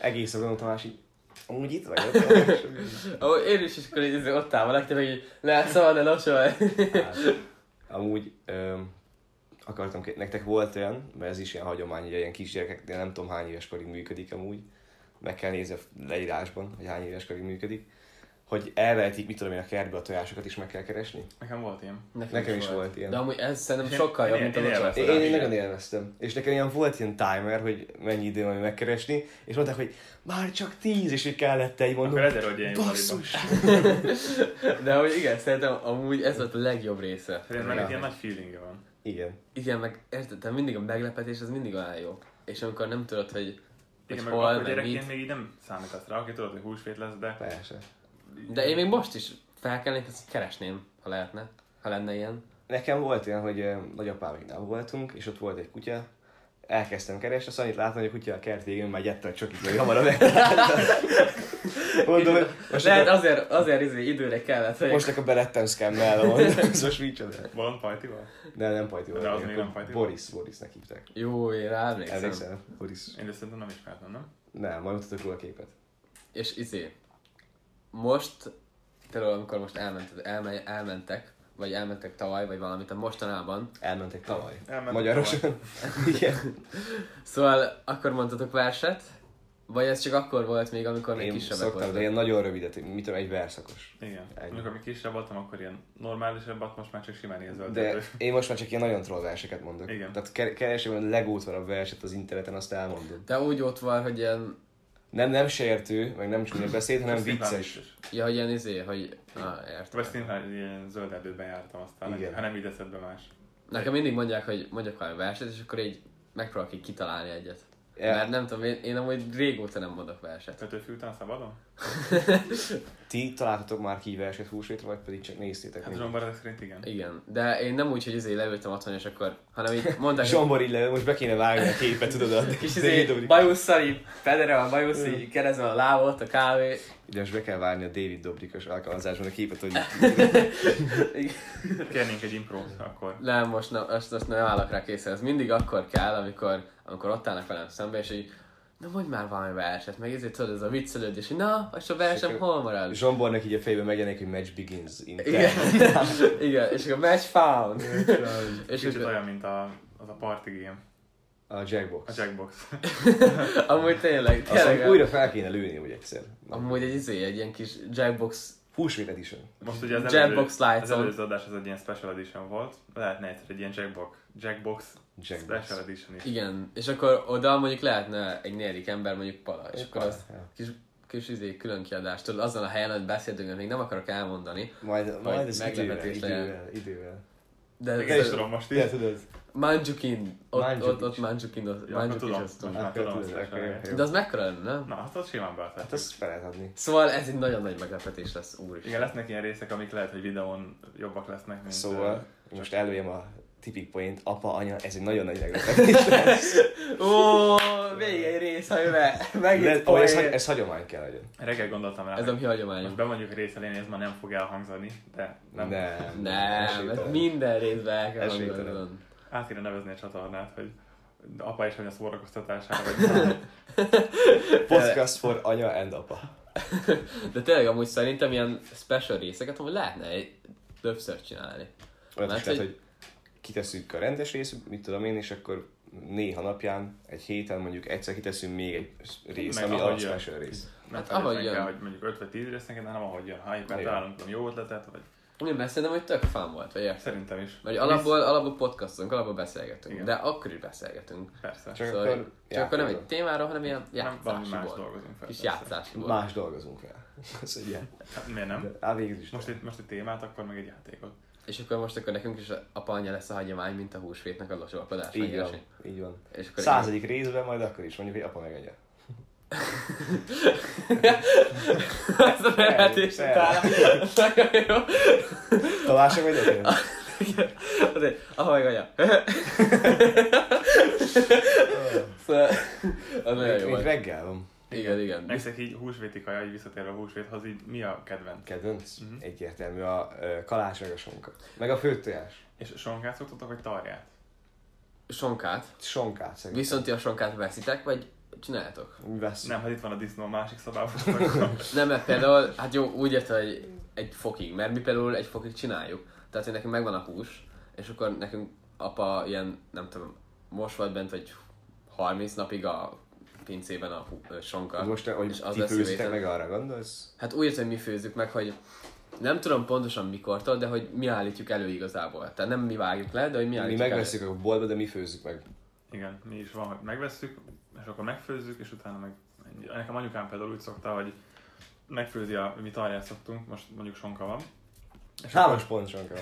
[SPEAKER 2] Egész azon a másik. Amúgy itt vagy ott vagy, és-
[SPEAKER 1] Ó, én is, és akkor így izé ott áll valaki, meg így lehet szabad el lassan.
[SPEAKER 2] Hát, Amúgy öm, akartam, ké- nektek volt olyan, mert ez is ilyen hagyomány, hogy ilyen kisgyerekeknél nem tudom hány éves korig működik amúgy, meg kell nézni a leírásban, hogy hány éves korig működik, hogy elrejtik, mit tudom én, a kertbe a tojásokat is meg kell keresni.
[SPEAKER 3] Nekem volt ilyen.
[SPEAKER 2] Nekem is volt ilyen.
[SPEAKER 1] De amúgy ez szerintem sokkal jobb, mint a
[SPEAKER 3] Én- én
[SPEAKER 1] locsa.
[SPEAKER 3] élveztem.
[SPEAKER 2] Én, én nagyon élveztem. És nekem ilyen volt ilyen timer, hogy mennyi idő van megkeresni, és mondták, hogy már csak tíz, és így kellett egy mondom.
[SPEAKER 3] Akkor ezért, hogy ilyen jó
[SPEAKER 2] Basszus!
[SPEAKER 1] De hogy igen, szerintem amúgy ez volt a legjobb része.
[SPEAKER 3] Szerintem ennek ilyen nagy feelingje van.
[SPEAKER 2] Igen.
[SPEAKER 1] Igen, meg érted, de mindig a meglepetés az mindig olyan jó. És amikor nem tudod, hogy, hogy
[SPEAKER 3] Igen, meg
[SPEAKER 1] hol,
[SPEAKER 3] akkor
[SPEAKER 1] meg
[SPEAKER 3] gyerekként
[SPEAKER 1] mit.
[SPEAKER 3] még így nem számítasz rá, aki tudod, hogy húsvét lesz, de
[SPEAKER 2] Persze.
[SPEAKER 1] De én még most is felkelnék, ezt keresném, ha lehetne. Ha lenne ilyen.
[SPEAKER 2] Nekem volt olyan, hogy ö, nagyapáméknál voltunk, és ott volt egy kutya, elkezdtem keresni, aztán annyit láttam, hogy a kutya a kert végén már gyette a csokit, hogy hamarabb megtalálta. Mondom, hogy most,
[SPEAKER 1] Lehet
[SPEAKER 2] akkor,
[SPEAKER 1] azért, azért izé, időre kellett, hogy...
[SPEAKER 2] most akkor belettem szkemmel, mondom, ez most micsoda.
[SPEAKER 3] Bolond pajtival?
[SPEAKER 2] De nem Pajti volt.
[SPEAKER 3] De az
[SPEAKER 2] akkor
[SPEAKER 3] még nem Pajti volt.
[SPEAKER 2] Boris, Borisnek hívták.
[SPEAKER 1] Jó, én rá emlékszem.
[SPEAKER 2] Emlékszel? Boris.
[SPEAKER 3] Én de szerintem nem ismertem, nem?
[SPEAKER 2] Nem, majd mutatok róla a képet.
[SPEAKER 1] És izé, most, például amikor most elmented, elme, elmentek, vagy elmentek tavaly, vagy valamit, a mostanában,
[SPEAKER 2] Elmentek tavaly.
[SPEAKER 3] Elmentek
[SPEAKER 2] Magyarosan. Igen.
[SPEAKER 1] Szóval akkor mondtatok verset, vagy ez csak akkor volt még, amikor még
[SPEAKER 2] Én
[SPEAKER 1] kisebbek
[SPEAKER 2] szoktam, de
[SPEAKER 1] voltak?
[SPEAKER 2] ilyen nagyon rövidet, mit tudom, egy verszakos.
[SPEAKER 3] Igen.
[SPEAKER 2] Egy.
[SPEAKER 3] Amikor még kisebb voltam, akkor ilyen normálisabbat, most már csak simán ilyen zöld
[SPEAKER 2] De
[SPEAKER 3] ötös.
[SPEAKER 2] én most már csak ilyen nagyon troll verseket mondok.
[SPEAKER 3] Igen.
[SPEAKER 2] Tehát ke- keresem a legútvarabb verset az interneten, azt elmondom.
[SPEAKER 1] De úgy ott van, hogy ilyen,
[SPEAKER 2] Nem, nem sértő, meg nem csúnya beszéd, hanem
[SPEAKER 3] Szimplán
[SPEAKER 2] vicces.
[SPEAKER 3] vicces.
[SPEAKER 1] ja, hogy ilyen izé, hogy... Ah, értem.
[SPEAKER 3] Vagy szimplán ilyen zöld erdőben jártam aztán,
[SPEAKER 2] Igen.
[SPEAKER 3] nem- ha nem így eszedbe más.
[SPEAKER 1] Nekem mindig mondják, hogy mondjak valami verset, és akkor így megpróbálok így kitalálni egyet.
[SPEAKER 2] Ja.
[SPEAKER 1] Mert nem tudom, én, én amúgy régóta nem mondok verset.
[SPEAKER 3] Kötőfű után szabadon?
[SPEAKER 2] Ti találtatok már ki verset húsvétra, vagy pedig csak néztétek?
[SPEAKER 3] Hát Zsombor ezek szerint igen.
[SPEAKER 1] Igen, de én nem úgy, hogy izé leültem otthon, és akkor, hanem így mondták, hogy
[SPEAKER 2] Zsombor illetve, most be kéne vágni a képet, tudod? A
[SPEAKER 1] kis
[SPEAKER 2] David
[SPEAKER 1] izé, bajusszal így, Federer a bajusz, így kerezem a lábot, a kávé.
[SPEAKER 2] Ugye most be kell várni a David Dobrikos alkalmazásban a képet, hogy
[SPEAKER 1] Igen.
[SPEAKER 3] Kérnénk egy imprót akkor.
[SPEAKER 1] Nem, most, nem, most, most nem állok rá készen. Ez mindig akkor kell, amikor, amikor ott állnak velem szembe, és így, na mondj már valami verset, meg ezért tudod, ez a viccelődés, hogy na, most a versem
[SPEAKER 2] És
[SPEAKER 1] hol marad?
[SPEAKER 2] Zsombornak így a fejében megjelenik, hogy match begins in
[SPEAKER 1] Igen.
[SPEAKER 2] ten.
[SPEAKER 1] Igen, és akkor match found. és
[SPEAKER 3] Kicsit
[SPEAKER 1] akkor,
[SPEAKER 3] olyan, mint a, az a party game,
[SPEAKER 2] A Jackbox.
[SPEAKER 3] a Jackbox.
[SPEAKER 1] amúgy tényleg, tényleg.
[SPEAKER 2] Aztán újra fel kéne lőni, hogy egyszer.
[SPEAKER 1] Amúgy egy izé, egy ilyen kis jackbox,
[SPEAKER 2] Húsvét edition.
[SPEAKER 3] Most ugye az
[SPEAKER 1] Jackbox
[SPEAKER 3] előző,
[SPEAKER 1] lights
[SPEAKER 3] az
[SPEAKER 1] on.
[SPEAKER 3] előző adás az egy ilyen special edition volt. Lehetne egyszer egy ilyen Jackbox, Jackbox,
[SPEAKER 2] Jackbox.
[SPEAKER 3] special edition is.
[SPEAKER 1] igen, és akkor oda mondjuk lehetne egy negyedik ember, mondjuk Pala, és akkor az
[SPEAKER 2] Ja.
[SPEAKER 1] kis, kis izé, külön kiadást, tudod, azon a helyen, amit beszéltünk, amit még nem akarok elmondani,
[SPEAKER 2] Majd,
[SPEAKER 1] Vagy
[SPEAKER 2] majd ez idővel,
[SPEAKER 1] meglepetés legyen.
[SPEAKER 2] idővel, idővel.
[SPEAKER 1] de
[SPEAKER 3] Még el is tudom most
[SPEAKER 2] Ja,
[SPEAKER 3] így.
[SPEAKER 2] tudod.
[SPEAKER 1] Mandjukin, ott,
[SPEAKER 2] Mandjuk
[SPEAKER 1] ott, ott
[SPEAKER 2] is.
[SPEAKER 1] Mandjukin, ott,
[SPEAKER 3] Ja, akkor
[SPEAKER 1] Mandjuk is
[SPEAKER 3] tudom.
[SPEAKER 1] azt tudom.
[SPEAKER 3] Most már
[SPEAKER 2] Akkor
[SPEAKER 3] tudom,
[SPEAKER 2] tudod,
[SPEAKER 3] azt
[SPEAKER 2] akkor
[SPEAKER 3] is.
[SPEAKER 2] jó.
[SPEAKER 1] De az mekkora lenne, nem?
[SPEAKER 3] Na, hát az simán
[SPEAKER 2] Hát
[SPEAKER 3] beadhatjuk.
[SPEAKER 2] azt fel lehet adni.
[SPEAKER 1] Szóval ez egy nagyon nagy meglepetés lesz, úristen.
[SPEAKER 3] Igen, lesznek ilyen részek, amik lehet, hogy videón jobbak lesznek, mint...
[SPEAKER 2] Szóval, most előjem a tipik point, apa, anya, ez egy nagyon nagy meglepetés.
[SPEAKER 1] Ó, még egy rész, ha jöve, megint
[SPEAKER 2] De, oh, ez,
[SPEAKER 1] poén.
[SPEAKER 2] ez, hagyomány kell legyen.
[SPEAKER 3] ö, Reggel gondoltam rá,
[SPEAKER 1] Ez a mi
[SPEAKER 3] most
[SPEAKER 1] hagyományunk.
[SPEAKER 3] bemondjuk a rész elején, ez már nem fog elhangzani, de nem.
[SPEAKER 2] Nem.
[SPEAKER 1] Nem, ez
[SPEAKER 2] esélytelen.
[SPEAKER 1] minden részben el kell
[SPEAKER 2] Esélytelen.
[SPEAKER 1] gondolnod.
[SPEAKER 3] Át kéne nevezni a csatornát, hogy apa és anya szórakoztatására,
[SPEAKER 1] Hát
[SPEAKER 3] vagy
[SPEAKER 2] Podcast for anya and apa.
[SPEAKER 1] De tényleg amúgy szerintem ilyen special részeket amúgy lehetne egy többször csinálni.
[SPEAKER 2] Olyat
[SPEAKER 1] Mert
[SPEAKER 2] is lehet,
[SPEAKER 1] hogy-
[SPEAKER 2] hogy kiteszünk a rendes részt, mit tudom én, és akkor néha napján, egy héten mondjuk egyszer kiteszünk még egy részt,
[SPEAKER 3] Meg
[SPEAKER 2] ami
[SPEAKER 3] ahogy
[SPEAKER 2] a
[SPEAKER 3] jön.
[SPEAKER 2] special rész.
[SPEAKER 3] nem
[SPEAKER 1] Hát ahogy
[SPEAKER 3] feltétlenül
[SPEAKER 1] jön.
[SPEAKER 3] kell, hogy mondjuk 5 vagy 10 résznek, hanem ahogy jön. Ha éppen
[SPEAKER 2] Igen.
[SPEAKER 3] találunk valami jó ötletet, vagy
[SPEAKER 1] Nem, mert szerintem, hogy tök fán volt, vagy érted?
[SPEAKER 3] szerintem is.
[SPEAKER 1] Vagy alapból, alapból podcastunk, alapból beszélgetünk,
[SPEAKER 3] Igen.
[SPEAKER 1] de akkor is beszélgetünk.
[SPEAKER 3] Persze.
[SPEAKER 2] Csak
[SPEAKER 1] Szóval,
[SPEAKER 2] akkor
[SPEAKER 1] csak akkor nem egy
[SPEAKER 2] játékról.
[SPEAKER 1] témáról, hanem ilyen
[SPEAKER 3] nem valami más
[SPEAKER 1] játszásból.
[SPEAKER 3] dolgozunk fel.
[SPEAKER 1] Kis
[SPEAKER 3] persze.
[SPEAKER 1] játszásból.
[SPEAKER 2] Más dolgozunk rá. Ez egy ilyen.
[SPEAKER 3] Hát, miért nem?
[SPEAKER 2] Á, végül is.
[SPEAKER 3] Most egy, most egy témát, akkor meg egy játékot.
[SPEAKER 1] És akkor most akkor nekünk is apa anyja lesz a hagyomány, mint a húsvétnak a locsolkodás.
[SPEAKER 2] így
[SPEAKER 1] meg
[SPEAKER 2] van.
[SPEAKER 1] ilyesmi.
[SPEAKER 2] Így van.
[SPEAKER 1] És akkor
[SPEAKER 2] Századik részben, majd akkor is mondjuk, hogy apa meg anya.
[SPEAKER 1] Ez a felvetés
[SPEAKER 2] fel.
[SPEAKER 1] utána. Nagyon jó.
[SPEAKER 2] Találsak vagy nekem?
[SPEAKER 1] Azért, apa meg anya. Szóval, az nagyon jó
[SPEAKER 2] Még
[SPEAKER 1] volt.
[SPEAKER 2] reggel van.
[SPEAKER 1] Igen, igen.
[SPEAKER 3] Megszek így húsvéti kaja, így visszatérve a húsvéthoz, így mi a kedvenc?
[SPEAKER 2] Kedvenc?
[SPEAKER 3] Mhm.
[SPEAKER 2] Uh-huh. Egyértelmű a ö, kalás meg a sonka. Meg a főtojás.
[SPEAKER 3] És sonkát szoktatok, vagy tarját?
[SPEAKER 1] Sonkát.
[SPEAKER 2] Sonkát szerintem.
[SPEAKER 1] Viszont ti a sonkát veszitek, vagy csináljátok?
[SPEAKER 2] Mi veszünk?
[SPEAKER 3] Nem, hát itt van a disznó a másik szobában. akkor-
[SPEAKER 1] Nem, mert például, hát jó, úgy értem, hogy egy fokig, mert mi például egy fokig csináljuk. Tehát, hogy nekünk megvan a hús, és akkor nekünk apa ilyen, nem tudom, most volt bent, vagy 30 napig a pincében a hú- ö, sonka.
[SPEAKER 2] Az Most, hogy
[SPEAKER 1] és az
[SPEAKER 2] ti
[SPEAKER 1] lesz
[SPEAKER 2] főzitek
[SPEAKER 1] jövő
[SPEAKER 2] meg arra gondolsz?
[SPEAKER 1] Hát úgy értem, hogy mi főzzük meg, hogy nem tudom pontosan mikortól, de hogy mi állítjuk elő igazából. Tehát nem mi vágjuk le, de hogy mi
[SPEAKER 2] Mi
[SPEAKER 1] állítjuk
[SPEAKER 2] megveszünk a boltba, de mi főzzük meg.
[SPEAKER 3] Igen, mi is van, hogy megvesszük, és akkor megfőzzük, és utána meg... Nekem anyukám például úgy szokta, hogy megfőzi a... Mi tarját szoktunk, most mondjuk sonka van. És
[SPEAKER 2] Hármas pont sonka.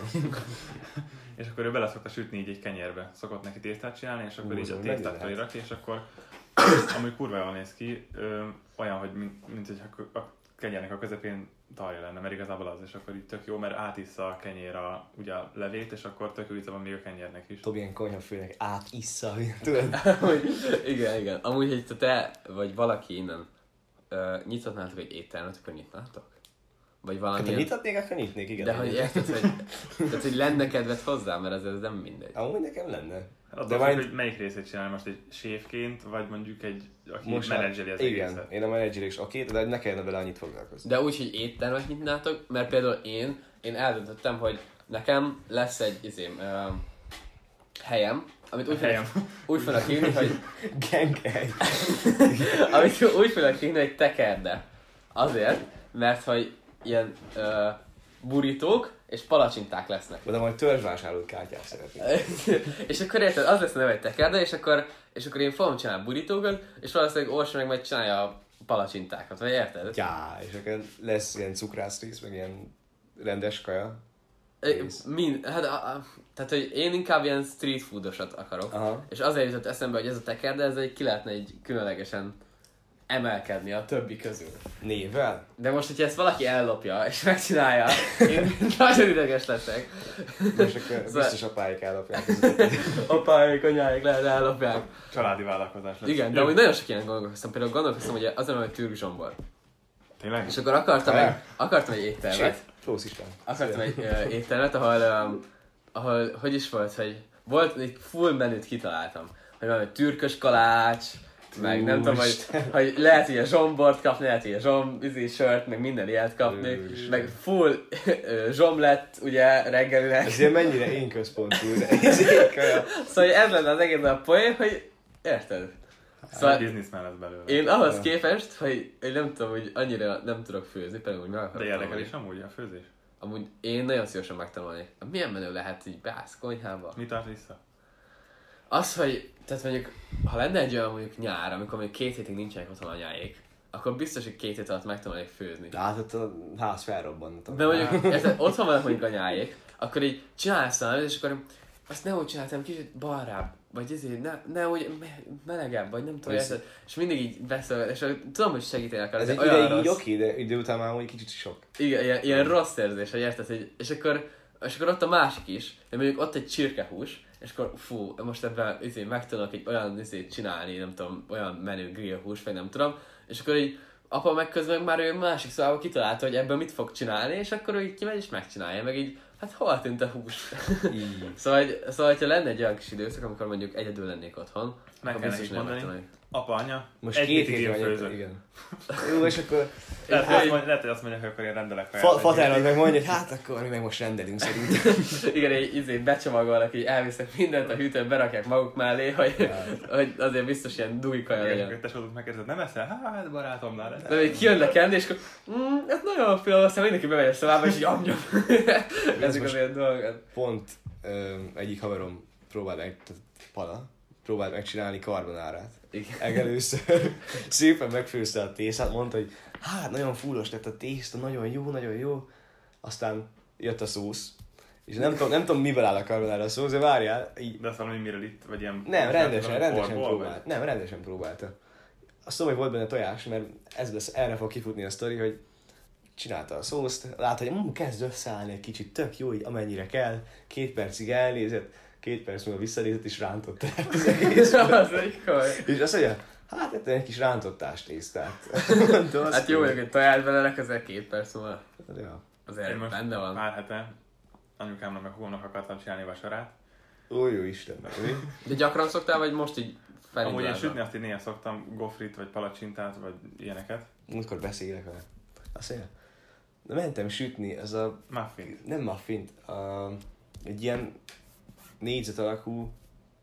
[SPEAKER 3] És akkor ő bele szokta sütni így egy kenyérbe. Szokott neki tésztát csinálni, és akkor
[SPEAKER 2] Ú,
[SPEAKER 3] így
[SPEAKER 2] ez
[SPEAKER 3] a
[SPEAKER 2] mennyire
[SPEAKER 3] tésztát
[SPEAKER 2] lehet?
[SPEAKER 3] felrakja, és akkor amúgy kurva jól néz ki, ö, olyan, hogy mint, mint hogy a kenyérnek a közepén tarja lenne, mert igazából az, és akkor így tök jó, mert átissza a kenyér a, ugye a levét, és akkor tök jó íze van még a kenyérnek is. Hát
[SPEAKER 2] Tobi ilyen konyhafőnek átissza, tudod?
[SPEAKER 1] Amúgy, igen, igen. Amúgy, hogy te vagy valaki innen uh, nyithatnátok egy éttermet, akkor nyitnátok? Vagy
[SPEAKER 2] Hát ha
[SPEAKER 1] valami.
[SPEAKER 2] nyithatnék, akkor nyitnék, igen.
[SPEAKER 1] De hogy érted, hogy, tehát, hogy lenne kedved hozzá, mert ez, ez nem mindegy.
[SPEAKER 2] Amúgy nekem
[SPEAKER 1] Hát
[SPEAKER 2] lenne.
[SPEAKER 3] Attól
[SPEAKER 2] De
[SPEAKER 3] függ,
[SPEAKER 2] majd-
[SPEAKER 3] hogy melyik részét csinálni most egy séfként, vagy mondjuk egy, aki
[SPEAKER 2] Most
[SPEAKER 3] Most
[SPEAKER 2] már-
[SPEAKER 3] menedzseli az
[SPEAKER 2] Igen,
[SPEAKER 3] egészet.
[SPEAKER 2] én a menedzser is oké, de ne kellene vele annyit foglalkozni.
[SPEAKER 1] De úgy, hogy éttermet nyitnátok, mert például én, én eldöntöttem, hogy nekem lesz egy izém, uh, helyem, amit úgy,
[SPEAKER 3] Helyem.
[SPEAKER 1] úgy fognak hívni, hogy
[SPEAKER 2] Gengely.
[SPEAKER 1] Amit úgy fognak hívni, hogy tekerde. Azért, mert hogy ilyen ö, burítók és palacsinták lesznek.
[SPEAKER 2] Oda majd törzsvásárlót kártyát szeretnék.
[SPEAKER 1] és akkor érted, az lesz a neve, hogy tekerde, és akkor, és akkor én fogom csinálni a burítókat, és valószínűleg Orsa meg majd csinálja a palacsintákat, vagy érted?
[SPEAKER 2] Ja, és akkor lesz ilyen cukrász rész, meg ilyen rendes kaja.
[SPEAKER 1] Ö, Mind, hát, a, a, tehát, hogy én inkább ilyen street foodosat akarok.
[SPEAKER 2] Aha.
[SPEAKER 1] És azért jutott eszembe, hogy ez a tekerde, ez egy ki lehetne egy különlegesen emelkedni a többi közül.
[SPEAKER 2] Nével?
[SPEAKER 1] De most, hogyha ezt valaki ellopja és megcsinálja, én nagyon ideges leszek.
[SPEAKER 2] És akkor biztos apáik ellopják. ezeket.
[SPEAKER 1] Apáik, anyáik lehet ellopják.
[SPEAKER 3] Családi vállalkozás lesz.
[SPEAKER 1] Igen, de amúgy nagyon sok ilyen gondolkoztam. Például gondolkoztam, hogy az ember Türk volt.
[SPEAKER 3] Tényleg?
[SPEAKER 1] És akkor akartam egy, akartam egy éttermet.
[SPEAKER 2] Sét, Flósz István.
[SPEAKER 1] Akartam egy ö, éttermet, ahol, um, ahol, hogy is volt, hogy volt egy full menüt kitaláltam. Hogy valami türkös kalács, meg nem tudom, hogy, hogy lehet ilyen zsombort kapni, lehet ilyen zsom, izé, sört, meg minden ilyet kapni.
[SPEAKER 2] Úristen.
[SPEAKER 1] Meg full ö, zsomlett, ugye, reggelinek.
[SPEAKER 2] Ez ilyen mennyire én központú, de ez ilyen kaja.
[SPEAKER 1] Szóval ez lenne az egész a poén, hogy érted?
[SPEAKER 3] Szóval...
[SPEAKER 1] Szóval
[SPEAKER 3] Bizniszmen lesz belőle.
[SPEAKER 1] én ahhoz képest, hogy, hogy nem tudom, hogy annyira nem tudok főzni, pedig úgy meg akarok
[SPEAKER 3] De érdekel
[SPEAKER 1] tanulni.
[SPEAKER 3] is amúgy a főzés.
[SPEAKER 1] Amúgy én nagyon szívesen megtanulnék. Milyen menő lehet így beállsz konyhába?
[SPEAKER 3] Mi tart vissza?
[SPEAKER 1] Az, hogy tehát mondjuk, ha lenne egy olyan mondjuk nyár, amikor még két hétig nincsenek otthon anyáik, akkor biztos, hogy két hét alatt megtanulnék főzni.
[SPEAKER 2] Látod, a ház felrobbant.
[SPEAKER 1] De mondjuk, érted, otthon vannak mondjuk anyáik, akkor így csinálsz valamit, és akkor azt ne úgy csináltam, kicsit balrább, vagy ezért, ne, ne úgy me- melegebb, vagy nem tudom,
[SPEAKER 2] Ez-
[SPEAKER 1] érted? És mindig így beszél, és akkor tudom, hogy segíteni akar,
[SPEAKER 2] izé- Ez
[SPEAKER 1] de
[SPEAKER 2] egy
[SPEAKER 1] olyan
[SPEAKER 2] ideig így
[SPEAKER 1] rossz.
[SPEAKER 2] oké, de idő után már mondjuk kicsit sok.
[SPEAKER 1] Igen, ilyen, ilyen rossz érzés, hogy érted, hogy, és akkor és akkor ott a másik is, hogy mondjuk ott egy csirkehús, és akkor fú, most ebben izé, meg tudok egy olyan izé, csinálni, nem tudom, olyan menő grillhús, vagy nem tudom, és akkor így apa meg közben már ő másik szobában kitalálta, hogy ebben mit fog csinálni, és akkor ő így kimegy és megcsinálja, meg így, hát hol tűnt a hús?
[SPEAKER 2] Így.
[SPEAKER 1] szóval, hogy, szóval, hogyha lenne egy olyan kis időszak, amikor mondjuk egyedül lennék otthon,
[SPEAKER 3] Meg
[SPEAKER 1] akkor biztos
[SPEAKER 3] kell nekik
[SPEAKER 1] nem
[SPEAKER 3] mondani.
[SPEAKER 1] megtanulnék.
[SPEAKER 3] Apa, anya,
[SPEAKER 2] Most
[SPEAKER 3] egy
[SPEAKER 2] két
[SPEAKER 3] két
[SPEAKER 2] hétig
[SPEAKER 3] hétig
[SPEAKER 2] vagyok,
[SPEAKER 3] főzök.
[SPEAKER 2] igen. Jó, és akkor
[SPEAKER 3] Lehet,
[SPEAKER 1] Hát,
[SPEAKER 3] hogy azt mondja- lehet, hogy azt mondják, hogy akkor én rendelek kaját.
[SPEAKER 2] fa- fatárod meg mondja, hogy hát akkor mi meg most rendelünk szerintem.
[SPEAKER 1] Igen, egy izé becsomagolnak, így elviszek mindent a hűtőt, berakják maguk mellé, hogy, hogy azért biztos ilyen dugikaja
[SPEAKER 3] Igen,
[SPEAKER 1] legyen.
[SPEAKER 3] akkor tesódot megkérdezed, nem eszel? Hát barátomnál lesz.
[SPEAKER 1] De még kijönnek enni, és akkor mm, ez nagyon finom, aztán mindenki bemegy a szobába, és így amnyom. Ezek az
[SPEAKER 2] most-
[SPEAKER 1] ilyen dolgok.
[SPEAKER 2] Pont öm, egyik haverom próbált meg, tehát Pala, próbált megcsinálni karbonárát.
[SPEAKER 1] Igen.
[SPEAKER 2] Legelőször szépen megfőzte a tésztát, mondta, hogy hát nagyon fúros lett a tészta, nagyon jó, nagyon jó. Aztán jött a szósz, és nem tudom, nem tudom miből áll a karbonára a szósz, de várjál, így
[SPEAKER 3] De azt valami miről itt, vagy ilyen...
[SPEAKER 2] Nem, rendesen,
[SPEAKER 3] valami
[SPEAKER 2] rendesen
[SPEAKER 3] porból,
[SPEAKER 2] próbált. Nem, rendesen próbálta. Azt tudom, hogy volt benne tojás, mert ez lesz, erre fog kifutni a sztori, hogy csinálta a szószt, lát, hogy mm, kezd összeállni egy kicsit, tök jó, így amennyire kell, két percig elnézett, két perc múlva visszanézett, és rántott el az egész.
[SPEAKER 1] az egy komoly.
[SPEAKER 2] És azt mondja, Hát hát egy kis rántottást néz, tehát.
[SPEAKER 1] Hát jó, hogy egy tojás belerek, ezzel két perc múlva.
[SPEAKER 2] Ja.
[SPEAKER 3] Én
[SPEAKER 1] Azért
[SPEAKER 3] most
[SPEAKER 1] benne van.
[SPEAKER 3] pár hete anyukámnak meg húgomnak akartam csinálni vasorát.
[SPEAKER 2] Ó, jó Isten, meg mi?
[SPEAKER 1] De gyakran szoktál, vagy most így
[SPEAKER 3] Amúgy én
[SPEAKER 1] felindulásra?
[SPEAKER 3] sütni azt így néha szoktam, gofrit vagy palacsintát, vagy ilyeneket.
[SPEAKER 2] Múltkor beszélek vele. Azt mondja, de mentem sütni, az a
[SPEAKER 3] Muffin.
[SPEAKER 2] Nem muffint. Uh, egy ilyen négyzet alakú,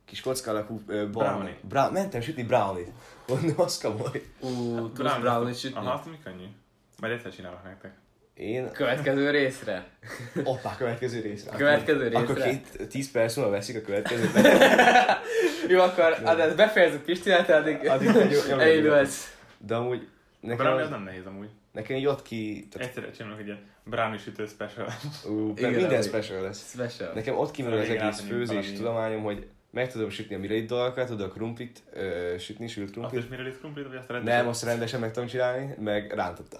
[SPEAKER 2] kis kocka alakú uh,
[SPEAKER 3] Brownie.
[SPEAKER 2] Bra- mentem sütni brownie-t. Mondom, az komoly.
[SPEAKER 1] Ú, tudsz brownie sütni?
[SPEAKER 3] Aha, azt mi könnyű. Majd egyszer csinálok nektek.
[SPEAKER 2] Én,
[SPEAKER 1] Következő részre.
[SPEAKER 2] oppá, következő részre. Akkor-
[SPEAKER 1] Következő
[SPEAKER 2] Akkor
[SPEAKER 1] részre.
[SPEAKER 2] két, tíz perc múlva veszik a következőt.
[SPEAKER 1] Jó, akkor addig befejezzük Pistinát, addig,
[SPEAKER 2] Addig nagyon- nagyon
[SPEAKER 1] elindulsz.
[SPEAKER 2] De amúgy nekem,
[SPEAKER 3] Brownie az
[SPEAKER 2] az,
[SPEAKER 3] nem nehéz amúgy.
[SPEAKER 2] nekem így ott ki... Tehát,
[SPEAKER 3] Egyszerre csinálok egy ilyen brownie sütő special.
[SPEAKER 2] ú,
[SPEAKER 1] Igen,
[SPEAKER 2] minden
[SPEAKER 1] amúgy.
[SPEAKER 2] special lesz.
[SPEAKER 1] Special.
[SPEAKER 2] Nekem ott kimerül az
[SPEAKER 3] Igen,
[SPEAKER 2] egész
[SPEAKER 3] átmenjünk
[SPEAKER 2] főzés
[SPEAKER 3] valami-
[SPEAKER 2] tudományom, hogy meg tudom sütni a mireit dolgokat, tudok krumplit ö, sütni, sült
[SPEAKER 3] Azt
[SPEAKER 2] krumplit.
[SPEAKER 3] is mire krumplit, vagy azt a rendes-
[SPEAKER 2] Nem, azt rendesen meg tudom csinálni, meg rántotta.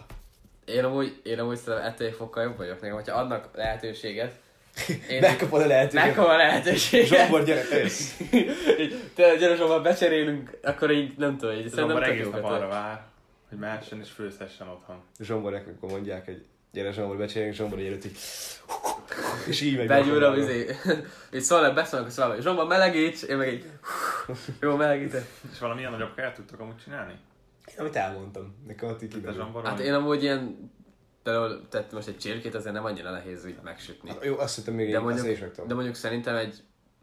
[SPEAKER 1] Én amúgy, én amúgy szerintem ettől egy fokkal jobb vagyok nekem, hogyha adnak lehetőséget. Én
[SPEAKER 2] Megkapod a lehetőséget.
[SPEAKER 1] Mekkora lehetőséget.
[SPEAKER 2] Zsombor, gyere, jössz.
[SPEAKER 1] Így, Te gyere Zsombor, becserélünk, akkor így nem tudom, így
[SPEAKER 3] Tudom,
[SPEAKER 1] szerintem
[SPEAKER 3] már
[SPEAKER 1] tök
[SPEAKER 3] egész nap
[SPEAKER 1] jókat
[SPEAKER 3] arra
[SPEAKER 1] ad.
[SPEAKER 3] vár, hogy mehessen és főzhessen otthon.
[SPEAKER 2] zsombornak, amikor mondják, hogy gyere zsombor, becsináljunk zsombor egy előtt, így... És így megy.
[SPEAKER 1] Begyúrom, izé, így szólnak, beszólnak a szobába, Zsombor melegíts, én meg így, jó melegítek.
[SPEAKER 3] És valamilyen nagyobb kell tudtok amúgy csinálni?
[SPEAKER 2] Én, amit elmondtam. Nekem ott így
[SPEAKER 3] Itt a
[SPEAKER 2] kimerül.
[SPEAKER 3] zsambaron?
[SPEAKER 1] Hát én amúgy ilyen, például, tehát most egy csirkét azért nem annyira nehéz úgy megsütni.
[SPEAKER 2] Jó, azt hittem még
[SPEAKER 1] De
[SPEAKER 2] én, azt Hát, én is
[SPEAKER 1] mondjuk,
[SPEAKER 2] megtam.
[SPEAKER 1] de mondjuk szerintem egy,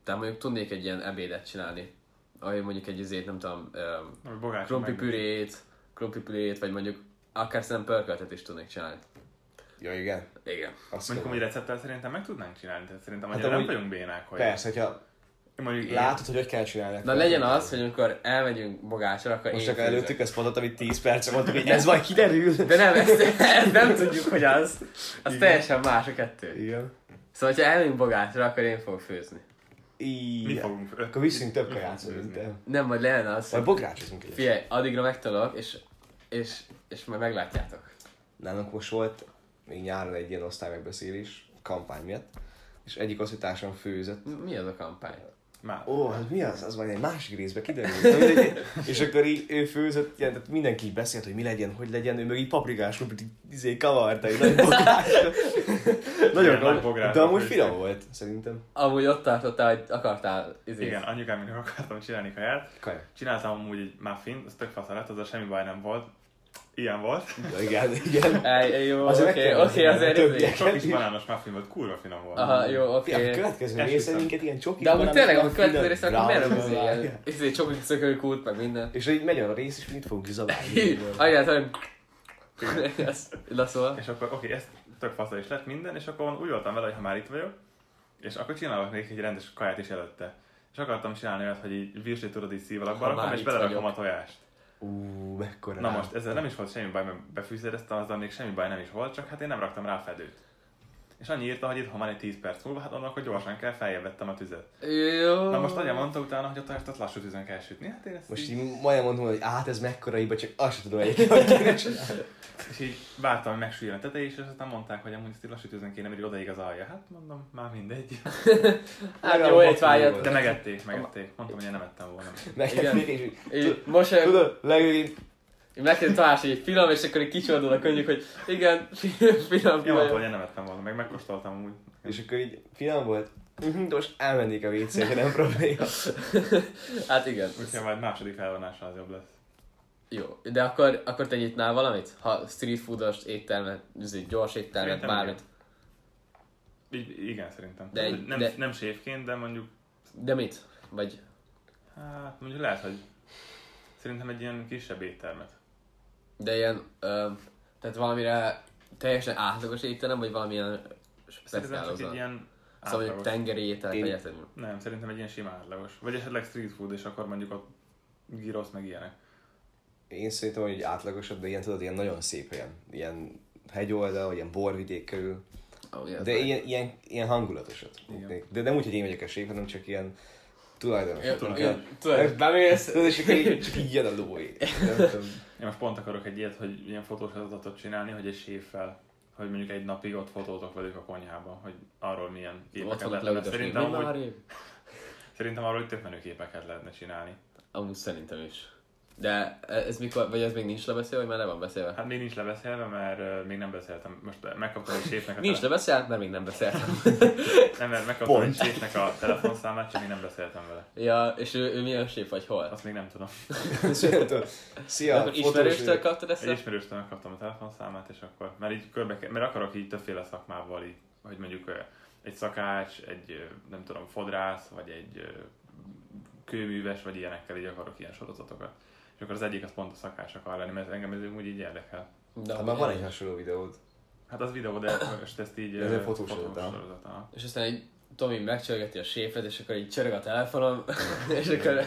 [SPEAKER 1] de mondjuk tudnék egy ilyen ebédet csinálni. Ahogy mondjuk egy izét, nem tudom, öm,
[SPEAKER 3] Ami bogács.
[SPEAKER 1] krumplipürét, krumplipürét, vagy mondjuk akár szerintem pörköltet is tudnék csinálni.
[SPEAKER 2] Jó, igen.
[SPEAKER 1] Igen.
[SPEAKER 2] Azt
[SPEAKER 3] Mondjuk
[SPEAKER 2] mondom.
[SPEAKER 3] amúgy recepttel szerintem meg tudnánk csinálni, tehát szerintem
[SPEAKER 2] Hát
[SPEAKER 3] annyira nem
[SPEAKER 2] amúgy-
[SPEAKER 3] vagyunk bénák, hogy...
[SPEAKER 2] Persze, hogyha
[SPEAKER 3] Mondjuk én,
[SPEAKER 2] látod, hogy hogy kell csinálni.
[SPEAKER 1] Na
[SPEAKER 2] akkor-
[SPEAKER 1] legyen az, hogy amikor elmegyünk bogácsra, akkor
[SPEAKER 2] Most
[SPEAKER 1] én
[SPEAKER 2] csak
[SPEAKER 1] főzök.
[SPEAKER 2] előttük ezt mondott, amit 10 perc mondtuk, így ez majd kiderül.
[SPEAKER 1] De nem, ezt, ezt nem tudjuk, hogy az. Az teljesen más a kettő.
[SPEAKER 2] Igen.
[SPEAKER 1] Szóval, ha elmegyünk bogácsra, akkor én fogok főzni.
[SPEAKER 3] mi
[SPEAKER 2] Igen.
[SPEAKER 3] fogunk főzni.
[SPEAKER 2] Akkor viszünk több
[SPEAKER 3] Mi
[SPEAKER 2] kaját
[SPEAKER 3] fogunk főzni.
[SPEAKER 2] szerintem.
[SPEAKER 1] Nem, vagy lenne az,
[SPEAKER 2] Majd
[SPEAKER 1] hogy
[SPEAKER 2] bográcsozunk egyet.
[SPEAKER 1] figyelj, addigra megtanulok, és, és, és majd meglátjátok.
[SPEAKER 2] Nálunk most volt még nyáron egy ilyen osztálymegbeszélés kampány miatt, és egyik osztálytársam főzött,
[SPEAKER 1] M- Mi az a kampány?
[SPEAKER 3] Már.
[SPEAKER 2] Ó, hát mi az? Az majd egy másik részbe kiderül. Na mindegy. és akkor így ő főzött, ilyen, tehát mindenki így beszélt, hogy mi legyen, hogy legyen, ő meg így paprikás lumpit így izé kavarta, így nagy bográs. Nagyon
[SPEAKER 3] nagy
[SPEAKER 2] nagy
[SPEAKER 3] bográsra
[SPEAKER 2] De amúgy
[SPEAKER 3] főztek.
[SPEAKER 2] finom volt, szerintem.
[SPEAKER 1] Amúgy ott tartottál, hogy akartál izé.
[SPEAKER 3] Igen, anyukámnak akartam csinálni kaját.
[SPEAKER 2] Kaja.
[SPEAKER 3] Csináltam amúgy egy muffin, az tök fasza lett, azzal semmi baj nem volt. Ilyen volt.
[SPEAKER 2] Ja, igen, igen.
[SPEAKER 1] Ej, jó,
[SPEAKER 2] Azért meg
[SPEAKER 1] oké,
[SPEAKER 2] kell
[SPEAKER 1] oké,
[SPEAKER 2] hozzá,
[SPEAKER 1] azért
[SPEAKER 2] többiek.
[SPEAKER 1] izé.
[SPEAKER 3] Sok kis banános muffin volt, kurva finom volt.
[SPEAKER 1] Aha, jó, oké.
[SPEAKER 2] Okay. A következő
[SPEAKER 3] Esküszöm.
[SPEAKER 2] része minket ilyen csoki.
[SPEAKER 1] De amúgy
[SPEAKER 2] banán,
[SPEAKER 1] tényleg, a
[SPEAKER 2] minden
[SPEAKER 1] következő rész, akkor miért nem
[SPEAKER 2] brownie
[SPEAKER 1] izé
[SPEAKER 2] van.
[SPEAKER 1] ilyen? Izé, csokik szökőkút, meg minden.
[SPEAKER 2] És így megy a rész, és mit fogunk kizabálni.
[SPEAKER 1] Hí, Anyát, hogy... Ez szóval. laszol.
[SPEAKER 3] És akkor oké, ez tök fasza is lett minden, és akkor úgy voltam vele, hogy ha már itt vagyok, és akkor csinálok még egy rendes kaját is előtte. És akartam csinálni olyat, hogy így virsli tudod így szív alakba
[SPEAKER 1] Ha
[SPEAKER 3] rakom,
[SPEAKER 1] már
[SPEAKER 3] és
[SPEAKER 1] itt
[SPEAKER 3] belerakom
[SPEAKER 1] vagyok.
[SPEAKER 3] a tojást.
[SPEAKER 2] Ú, mekkora.
[SPEAKER 3] Na
[SPEAKER 2] rám.
[SPEAKER 3] most ezzel nem is volt semmi baj, mert befűszereztem, azzal még semmi baj nem is volt, csak hát én nem raktam rá fedőt. És annyi írta, hogy itthon van egy 10 perc múlva, hát annak, hogy gyorsan kell, feljebb vettem a tüzet.
[SPEAKER 1] Jó.
[SPEAKER 3] Na most anya mondta utána, hogy a tojást azt lassú tüzön kell sütni. Hát én ezt
[SPEAKER 2] Most
[SPEAKER 3] így,
[SPEAKER 2] így majdnem mondom, hogy hát ez mekkora hiba, csak azt sem tudom egyébként, hogy kéne csinálni.
[SPEAKER 3] és így vártam, hogy megsüljön a tetejé, és aztán mondták, hogy amúgy ezt így lassú tüzön kéne, mert így odaig az alja. Hát mondom, már mindegy.
[SPEAKER 1] Hát jó étvágyat.
[SPEAKER 2] volt.
[SPEAKER 3] De megették, megették. Mondtam, hogy én nem ettem volna.
[SPEAKER 1] Igen.
[SPEAKER 2] Megették, és így,
[SPEAKER 1] Így Mosolyog,
[SPEAKER 2] tudod, legőjén
[SPEAKER 1] megkérdez Tamás, hogy finom, és akkor így kicsordul a könnyük, hogy igen, finom
[SPEAKER 3] Én mondtam, hogy
[SPEAKER 1] vagyok.
[SPEAKER 3] én nem ettem volna, meg megkóstoltam úgy.
[SPEAKER 2] És akkor így finom volt? Mhm, De most elmennék a wc -re, nem probléma.
[SPEAKER 1] Hát igen.
[SPEAKER 3] Úgyhogy majd második felvonással az jobb lesz.
[SPEAKER 1] Jó, de akkor, akkor te nyitnál valamit? Ha street foodos éttermet, izé, gyors éttermet,
[SPEAKER 3] Szerintem
[SPEAKER 1] bármit.
[SPEAKER 3] Így, igen, szerintem.
[SPEAKER 1] De
[SPEAKER 3] De,
[SPEAKER 1] egy-
[SPEAKER 3] nem,
[SPEAKER 1] de-
[SPEAKER 3] nem séfként, de mondjuk,
[SPEAKER 1] De mit? Vagy
[SPEAKER 3] hát mondjuk lehet, hogy szerintem egy ilyen kisebb éttermet.
[SPEAKER 1] de ilyen, ö, tehát valamire teljesen átlagos étterem, vagy valamilyen
[SPEAKER 3] Szerintem csak egy
[SPEAKER 1] speciálozat?
[SPEAKER 3] ilyen
[SPEAKER 1] Szóval mondjuk
[SPEAKER 3] átlagos.
[SPEAKER 1] tengeri ételek,
[SPEAKER 2] Én-
[SPEAKER 1] vagy ilyesmi.
[SPEAKER 3] Nem, szerintem egy ilyen sima átlagos. Vagy esetleg street food, és akkor mondjuk ott gyrosz meg ilyenek.
[SPEAKER 2] Én szerintem, hogy egy átlagosabb, de ilyen tudod, ilyen nagyon szép helyen. Ilyen hegyoldal, vagy ilyen borvidék körül.
[SPEAKER 1] Ó, igen,
[SPEAKER 2] De
[SPEAKER 1] az-
[SPEAKER 2] ilyen, ilyen, ilyen hangulatosat.
[SPEAKER 3] Igen.
[SPEAKER 2] De nem úgy, hogy én vagyok a séf, hanem csak ilyen tulajdonos.
[SPEAKER 1] Jó,
[SPEAKER 3] Tudod,
[SPEAKER 1] jó,
[SPEAKER 3] igen.
[SPEAKER 1] Tudod, bemész,
[SPEAKER 2] Tudod, és akkor így, csak így jön a lói. Nem tudom.
[SPEAKER 3] Én most pont akarok egy ilyet, hogy ilyen fotós adatot csinálni, hogy egy séffel hogy mondjuk egy napig ott fotózok velük a konyhában, hogy arról milyen
[SPEAKER 1] ott
[SPEAKER 3] képeket
[SPEAKER 1] fogok
[SPEAKER 3] lehetne.
[SPEAKER 1] leütösni.
[SPEAKER 3] Szerintem,
[SPEAKER 1] Hogy
[SPEAKER 3] amúgy,
[SPEAKER 1] már én?
[SPEAKER 3] szerintem arról hogy tök menő képeket lehetne csinálni.
[SPEAKER 1] Amúgy szerintem is. De ez mikor, vagy ez még nincs lebeszélve, vagy már le van beszélve?
[SPEAKER 3] Hát még nincs lebeszélve, mert ö, még nem beszéltem. Most megkaptam egy séfnek a
[SPEAKER 1] Nincs lebeszélve, mert még nem beszéltem.
[SPEAKER 3] tele- Nem, mert megkaptam egy
[SPEAKER 2] Pont.
[SPEAKER 3] séfnek a telefonszámát, csak még nem beszéltem vele.
[SPEAKER 1] ja, és ő, ő milyen sép, vagy hol?
[SPEAKER 3] Azt még nem tudom.
[SPEAKER 2] Szerintem.
[SPEAKER 1] Ja,
[SPEAKER 2] Szia,
[SPEAKER 1] akkor ismerőstől kaptad ezt?
[SPEAKER 3] Egy
[SPEAKER 1] a-
[SPEAKER 3] ismerőstől megkaptam a telefonszámát, és akkor, mert így körbe, ke- mert akarok így többféle szakmával így, hogy mondjuk ö, egy szakács, egy ö, nem tudom, fodrász, vagy egy ö, kőműves, vagy ilyenekkel így akarok ilyen sorozatokat. És akkor az egyik az pont a szakás akar lenni, mert engem ez úgy így érdekel.
[SPEAKER 1] De
[SPEAKER 2] Hát már van egy hasonló videód.
[SPEAKER 3] Hát az videó, de most ezt így...
[SPEAKER 2] Ez
[SPEAKER 3] ö,
[SPEAKER 2] egy fotós
[SPEAKER 3] fotós
[SPEAKER 2] sorozat, aha.
[SPEAKER 3] sorozat, aha.
[SPEAKER 1] És aztán egy Tomi megcsörgeti a séfet, és akkor így csörög a telefonom, és akkor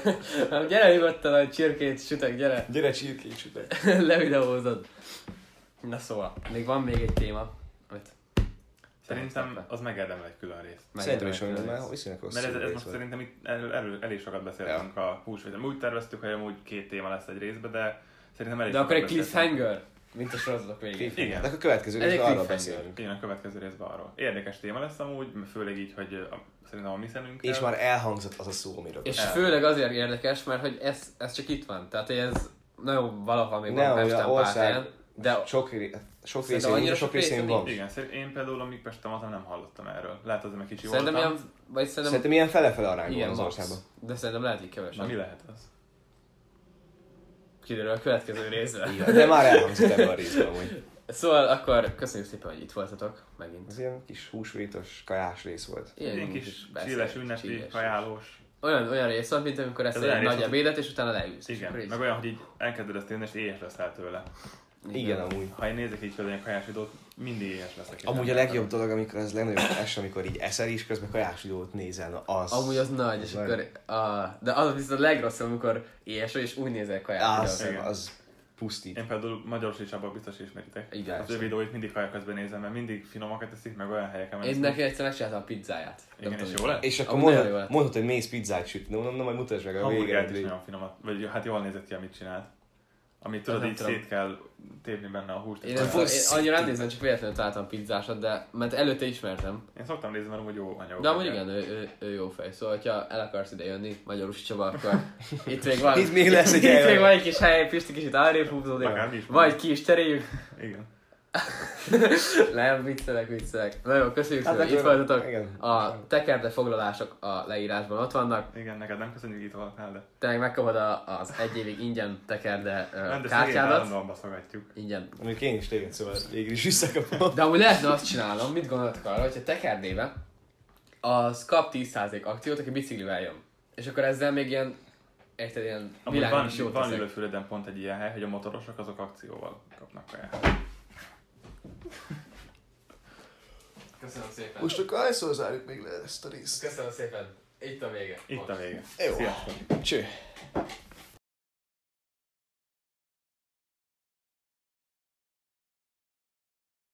[SPEAKER 1] "Hát gyere nyugodtan, a csirkét sütök, gyere,
[SPEAKER 2] Gyere csirkécsütek.
[SPEAKER 1] levideózod. Na szóval, még van még egy téma, amit
[SPEAKER 3] Szerintem az megérdemel egy külön részt.
[SPEAKER 2] Szerintem is
[SPEAKER 1] megérdemeltünk.
[SPEAKER 2] olyan, mert viszonylag hosszú
[SPEAKER 3] Mert ez, ez
[SPEAKER 2] rész
[SPEAKER 3] most
[SPEAKER 2] volt.
[SPEAKER 3] szerintem itt el, el, elég sokat beszéltünk a húsvétem. Úgy terveztük, hogy amúgy két téma lesz egy részben, de szerintem elég
[SPEAKER 1] De akkor egy
[SPEAKER 3] sokat beszéltünk.
[SPEAKER 1] cliffhanger, mint a sorozatok végén.
[SPEAKER 2] Cliffhanger.
[SPEAKER 3] Igen.
[SPEAKER 2] De akkor a következő
[SPEAKER 1] Ez egy
[SPEAKER 2] részben arról
[SPEAKER 1] cliffhanger.
[SPEAKER 2] beszélünk.
[SPEAKER 3] Igen, a következő részben arról. Érdekes téma lesz amúgy, mert főleg így, hogy ö, a, szerintem a mi szemünkkel.
[SPEAKER 2] És már elhangzott az a szó, amiről
[SPEAKER 1] És
[SPEAKER 3] El.
[SPEAKER 1] főleg azért érdekes, mert hogy ez, ez csak itt van. Tehát hogy ez nagyon valahol még
[SPEAKER 2] Nem,
[SPEAKER 1] van
[SPEAKER 2] olyan
[SPEAKER 1] Pesten
[SPEAKER 2] ország-
[SPEAKER 1] Pártján, de
[SPEAKER 2] Sok, ré-
[SPEAKER 1] Szerintem
[SPEAKER 2] sok részén nincs,
[SPEAKER 1] annyira
[SPEAKER 2] de sok
[SPEAKER 1] sok
[SPEAKER 2] részén
[SPEAKER 1] részén
[SPEAKER 2] van.
[SPEAKER 3] Igen, szerintem én például, amíg Pesten voltam, nem hallottam erről. Lehet azért, mert kicsi
[SPEAKER 1] szerintem
[SPEAKER 3] voltam.
[SPEAKER 1] ilyen, vagy szerintem,
[SPEAKER 2] Szerintem ilyen fele-fele arányban
[SPEAKER 1] ilyen
[SPEAKER 2] van az
[SPEAKER 1] max.
[SPEAKER 2] országban.
[SPEAKER 1] De szerintem lehet, hogy
[SPEAKER 3] Na mi
[SPEAKER 1] kevesen.
[SPEAKER 3] lehet az?
[SPEAKER 1] Kiderül a következő részben.
[SPEAKER 2] De már elhangzott ebben a részben, hogy
[SPEAKER 1] Szóval akkor köszönjük szépen, hogy itt voltatok megint.
[SPEAKER 2] ez ilyen kis húsvétos, kajás rész volt.
[SPEAKER 3] Ilyen, kis csilles ünnepi,
[SPEAKER 1] beszélgetés.
[SPEAKER 3] kajálós.
[SPEAKER 1] Olyan, olyan rész van, mint amikor
[SPEAKER 3] Ez
[SPEAKER 1] ezt
[SPEAKER 3] olyan
[SPEAKER 1] egy
[SPEAKER 3] rész,
[SPEAKER 1] nagy
[SPEAKER 3] hogy-
[SPEAKER 1] ebédet, és utána leülsz. és
[SPEAKER 3] Igen,
[SPEAKER 1] akkor így-
[SPEAKER 3] meg olyan, hogy így elkezded ezt élni, és éhes leszel tőle.
[SPEAKER 2] Igen, amúgy.
[SPEAKER 3] Ha én nézek így közben egy kajás videót, mindig éhes leszek.
[SPEAKER 2] Amúgy a
[SPEAKER 3] Igen.
[SPEAKER 2] legjobb dolog, amikor az legnagyobb es, amikor így eszel is, közben kajás videót nézel, na az.
[SPEAKER 1] Amúgy az nagy, és
[SPEAKER 2] nagy.
[SPEAKER 1] akkor... Ah, de az viszont a legrosszabb, amikor éhes vagy, és úgy nézel kaját.
[SPEAKER 2] az,
[SPEAKER 3] Igen.
[SPEAKER 2] az pusztít.
[SPEAKER 3] Én például magyaros és abban biztos ismeritek.
[SPEAKER 1] Igen.
[SPEAKER 3] Az ő videóit mindig kaja közben nézem, mert mindig finomakat teszik, meg olyan helyeken.
[SPEAKER 1] Én
[SPEAKER 3] mennek.
[SPEAKER 1] neki egyszer megcsináltam a pizzáját. Nem
[SPEAKER 3] Igen,
[SPEAKER 1] tudom,
[SPEAKER 3] és
[SPEAKER 1] mi
[SPEAKER 3] jó lett?
[SPEAKER 2] És akkor
[SPEAKER 1] Amúgy
[SPEAKER 2] mondod,
[SPEAKER 1] nagyon jó lett.
[SPEAKER 2] mondod, hogy mész pizzát sütni, mondom, na majd mutasd meg a
[SPEAKER 3] Hamburgert is
[SPEAKER 2] végén.
[SPEAKER 3] nagyon finomat, vagy hát jól nézett ki, amit csinált. Amit tudod,
[SPEAKER 1] nem
[SPEAKER 3] így
[SPEAKER 1] tudom.
[SPEAKER 3] szét kell tépni benne a húst.
[SPEAKER 1] Én,
[SPEAKER 3] Olyan-
[SPEAKER 1] nem, én annyira nem nézem, csak véletlenül találtam pizzásat, de mert előtte ismertem.
[SPEAKER 3] Én szoktam nézni, mert úgy jó anyagok.
[SPEAKER 1] De amúgy igen, ő, ő, ő jó fej. Szóval, ha el akarsz ide jönni, Magyarus Csaba, akkor itt még van.
[SPEAKER 2] Itt még lesz egy
[SPEAKER 1] Itt még
[SPEAKER 2] hely.
[SPEAKER 1] van egy kis hely, Pisti kicsit arrébb húzódik.
[SPEAKER 3] Akár mi is
[SPEAKER 1] Vagy
[SPEAKER 3] van.
[SPEAKER 1] ki is cseréljük.
[SPEAKER 3] Igen.
[SPEAKER 1] Nem, viccelek, viccelek. Na jó, köszönjük
[SPEAKER 2] Hát
[SPEAKER 1] szépen, itt
[SPEAKER 2] akkor-
[SPEAKER 1] voltatok.
[SPEAKER 2] igen.
[SPEAKER 1] A tekerde foglalások a leírásban ott vannak.
[SPEAKER 3] Igen, neked nem köszönjük, itt voltál, de
[SPEAKER 1] Te meg megkapod a- az egy évig ingyen tekerde ö,
[SPEAKER 3] nem, de szegény
[SPEAKER 1] kártyádat.
[SPEAKER 3] állandóan baszogatjuk.
[SPEAKER 1] Ingyen
[SPEAKER 2] Amíg én is téged, szóval végül is visszakapom.
[SPEAKER 1] De amúgy lehetne azt csinálnom, mit gondoltok arra, hogyha tekerdébe az kap 10% akciót, aki biciklivel jön. És akkor ezzel még ilyen, érted, ilyen
[SPEAKER 3] Amúgy
[SPEAKER 1] világon
[SPEAKER 3] van,
[SPEAKER 1] is jót
[SPEAKER 3] van
[SPEAKER 1] teszek.
[SPEAKER 3] Ülőfüreden pont egy ilyen hely, hogy a motorosok azok akcióval kapnak kaját.
[SPEAKER 1] Köszönöm szépen.
[SPEAKER 2] Most akkor hányszor zárjuk még le ezt a részt?
[SPEAKER 1] Köszönöm szépen. Itt a vége.
[SPEAKER 3] Itt a
[SPEAKER 1] Most.
[SPEAKER 3] vége.
[SPEAKER 2] Jó.
[SPEAKER 3] Sziasztok!
[SPEAKER 2] Cső.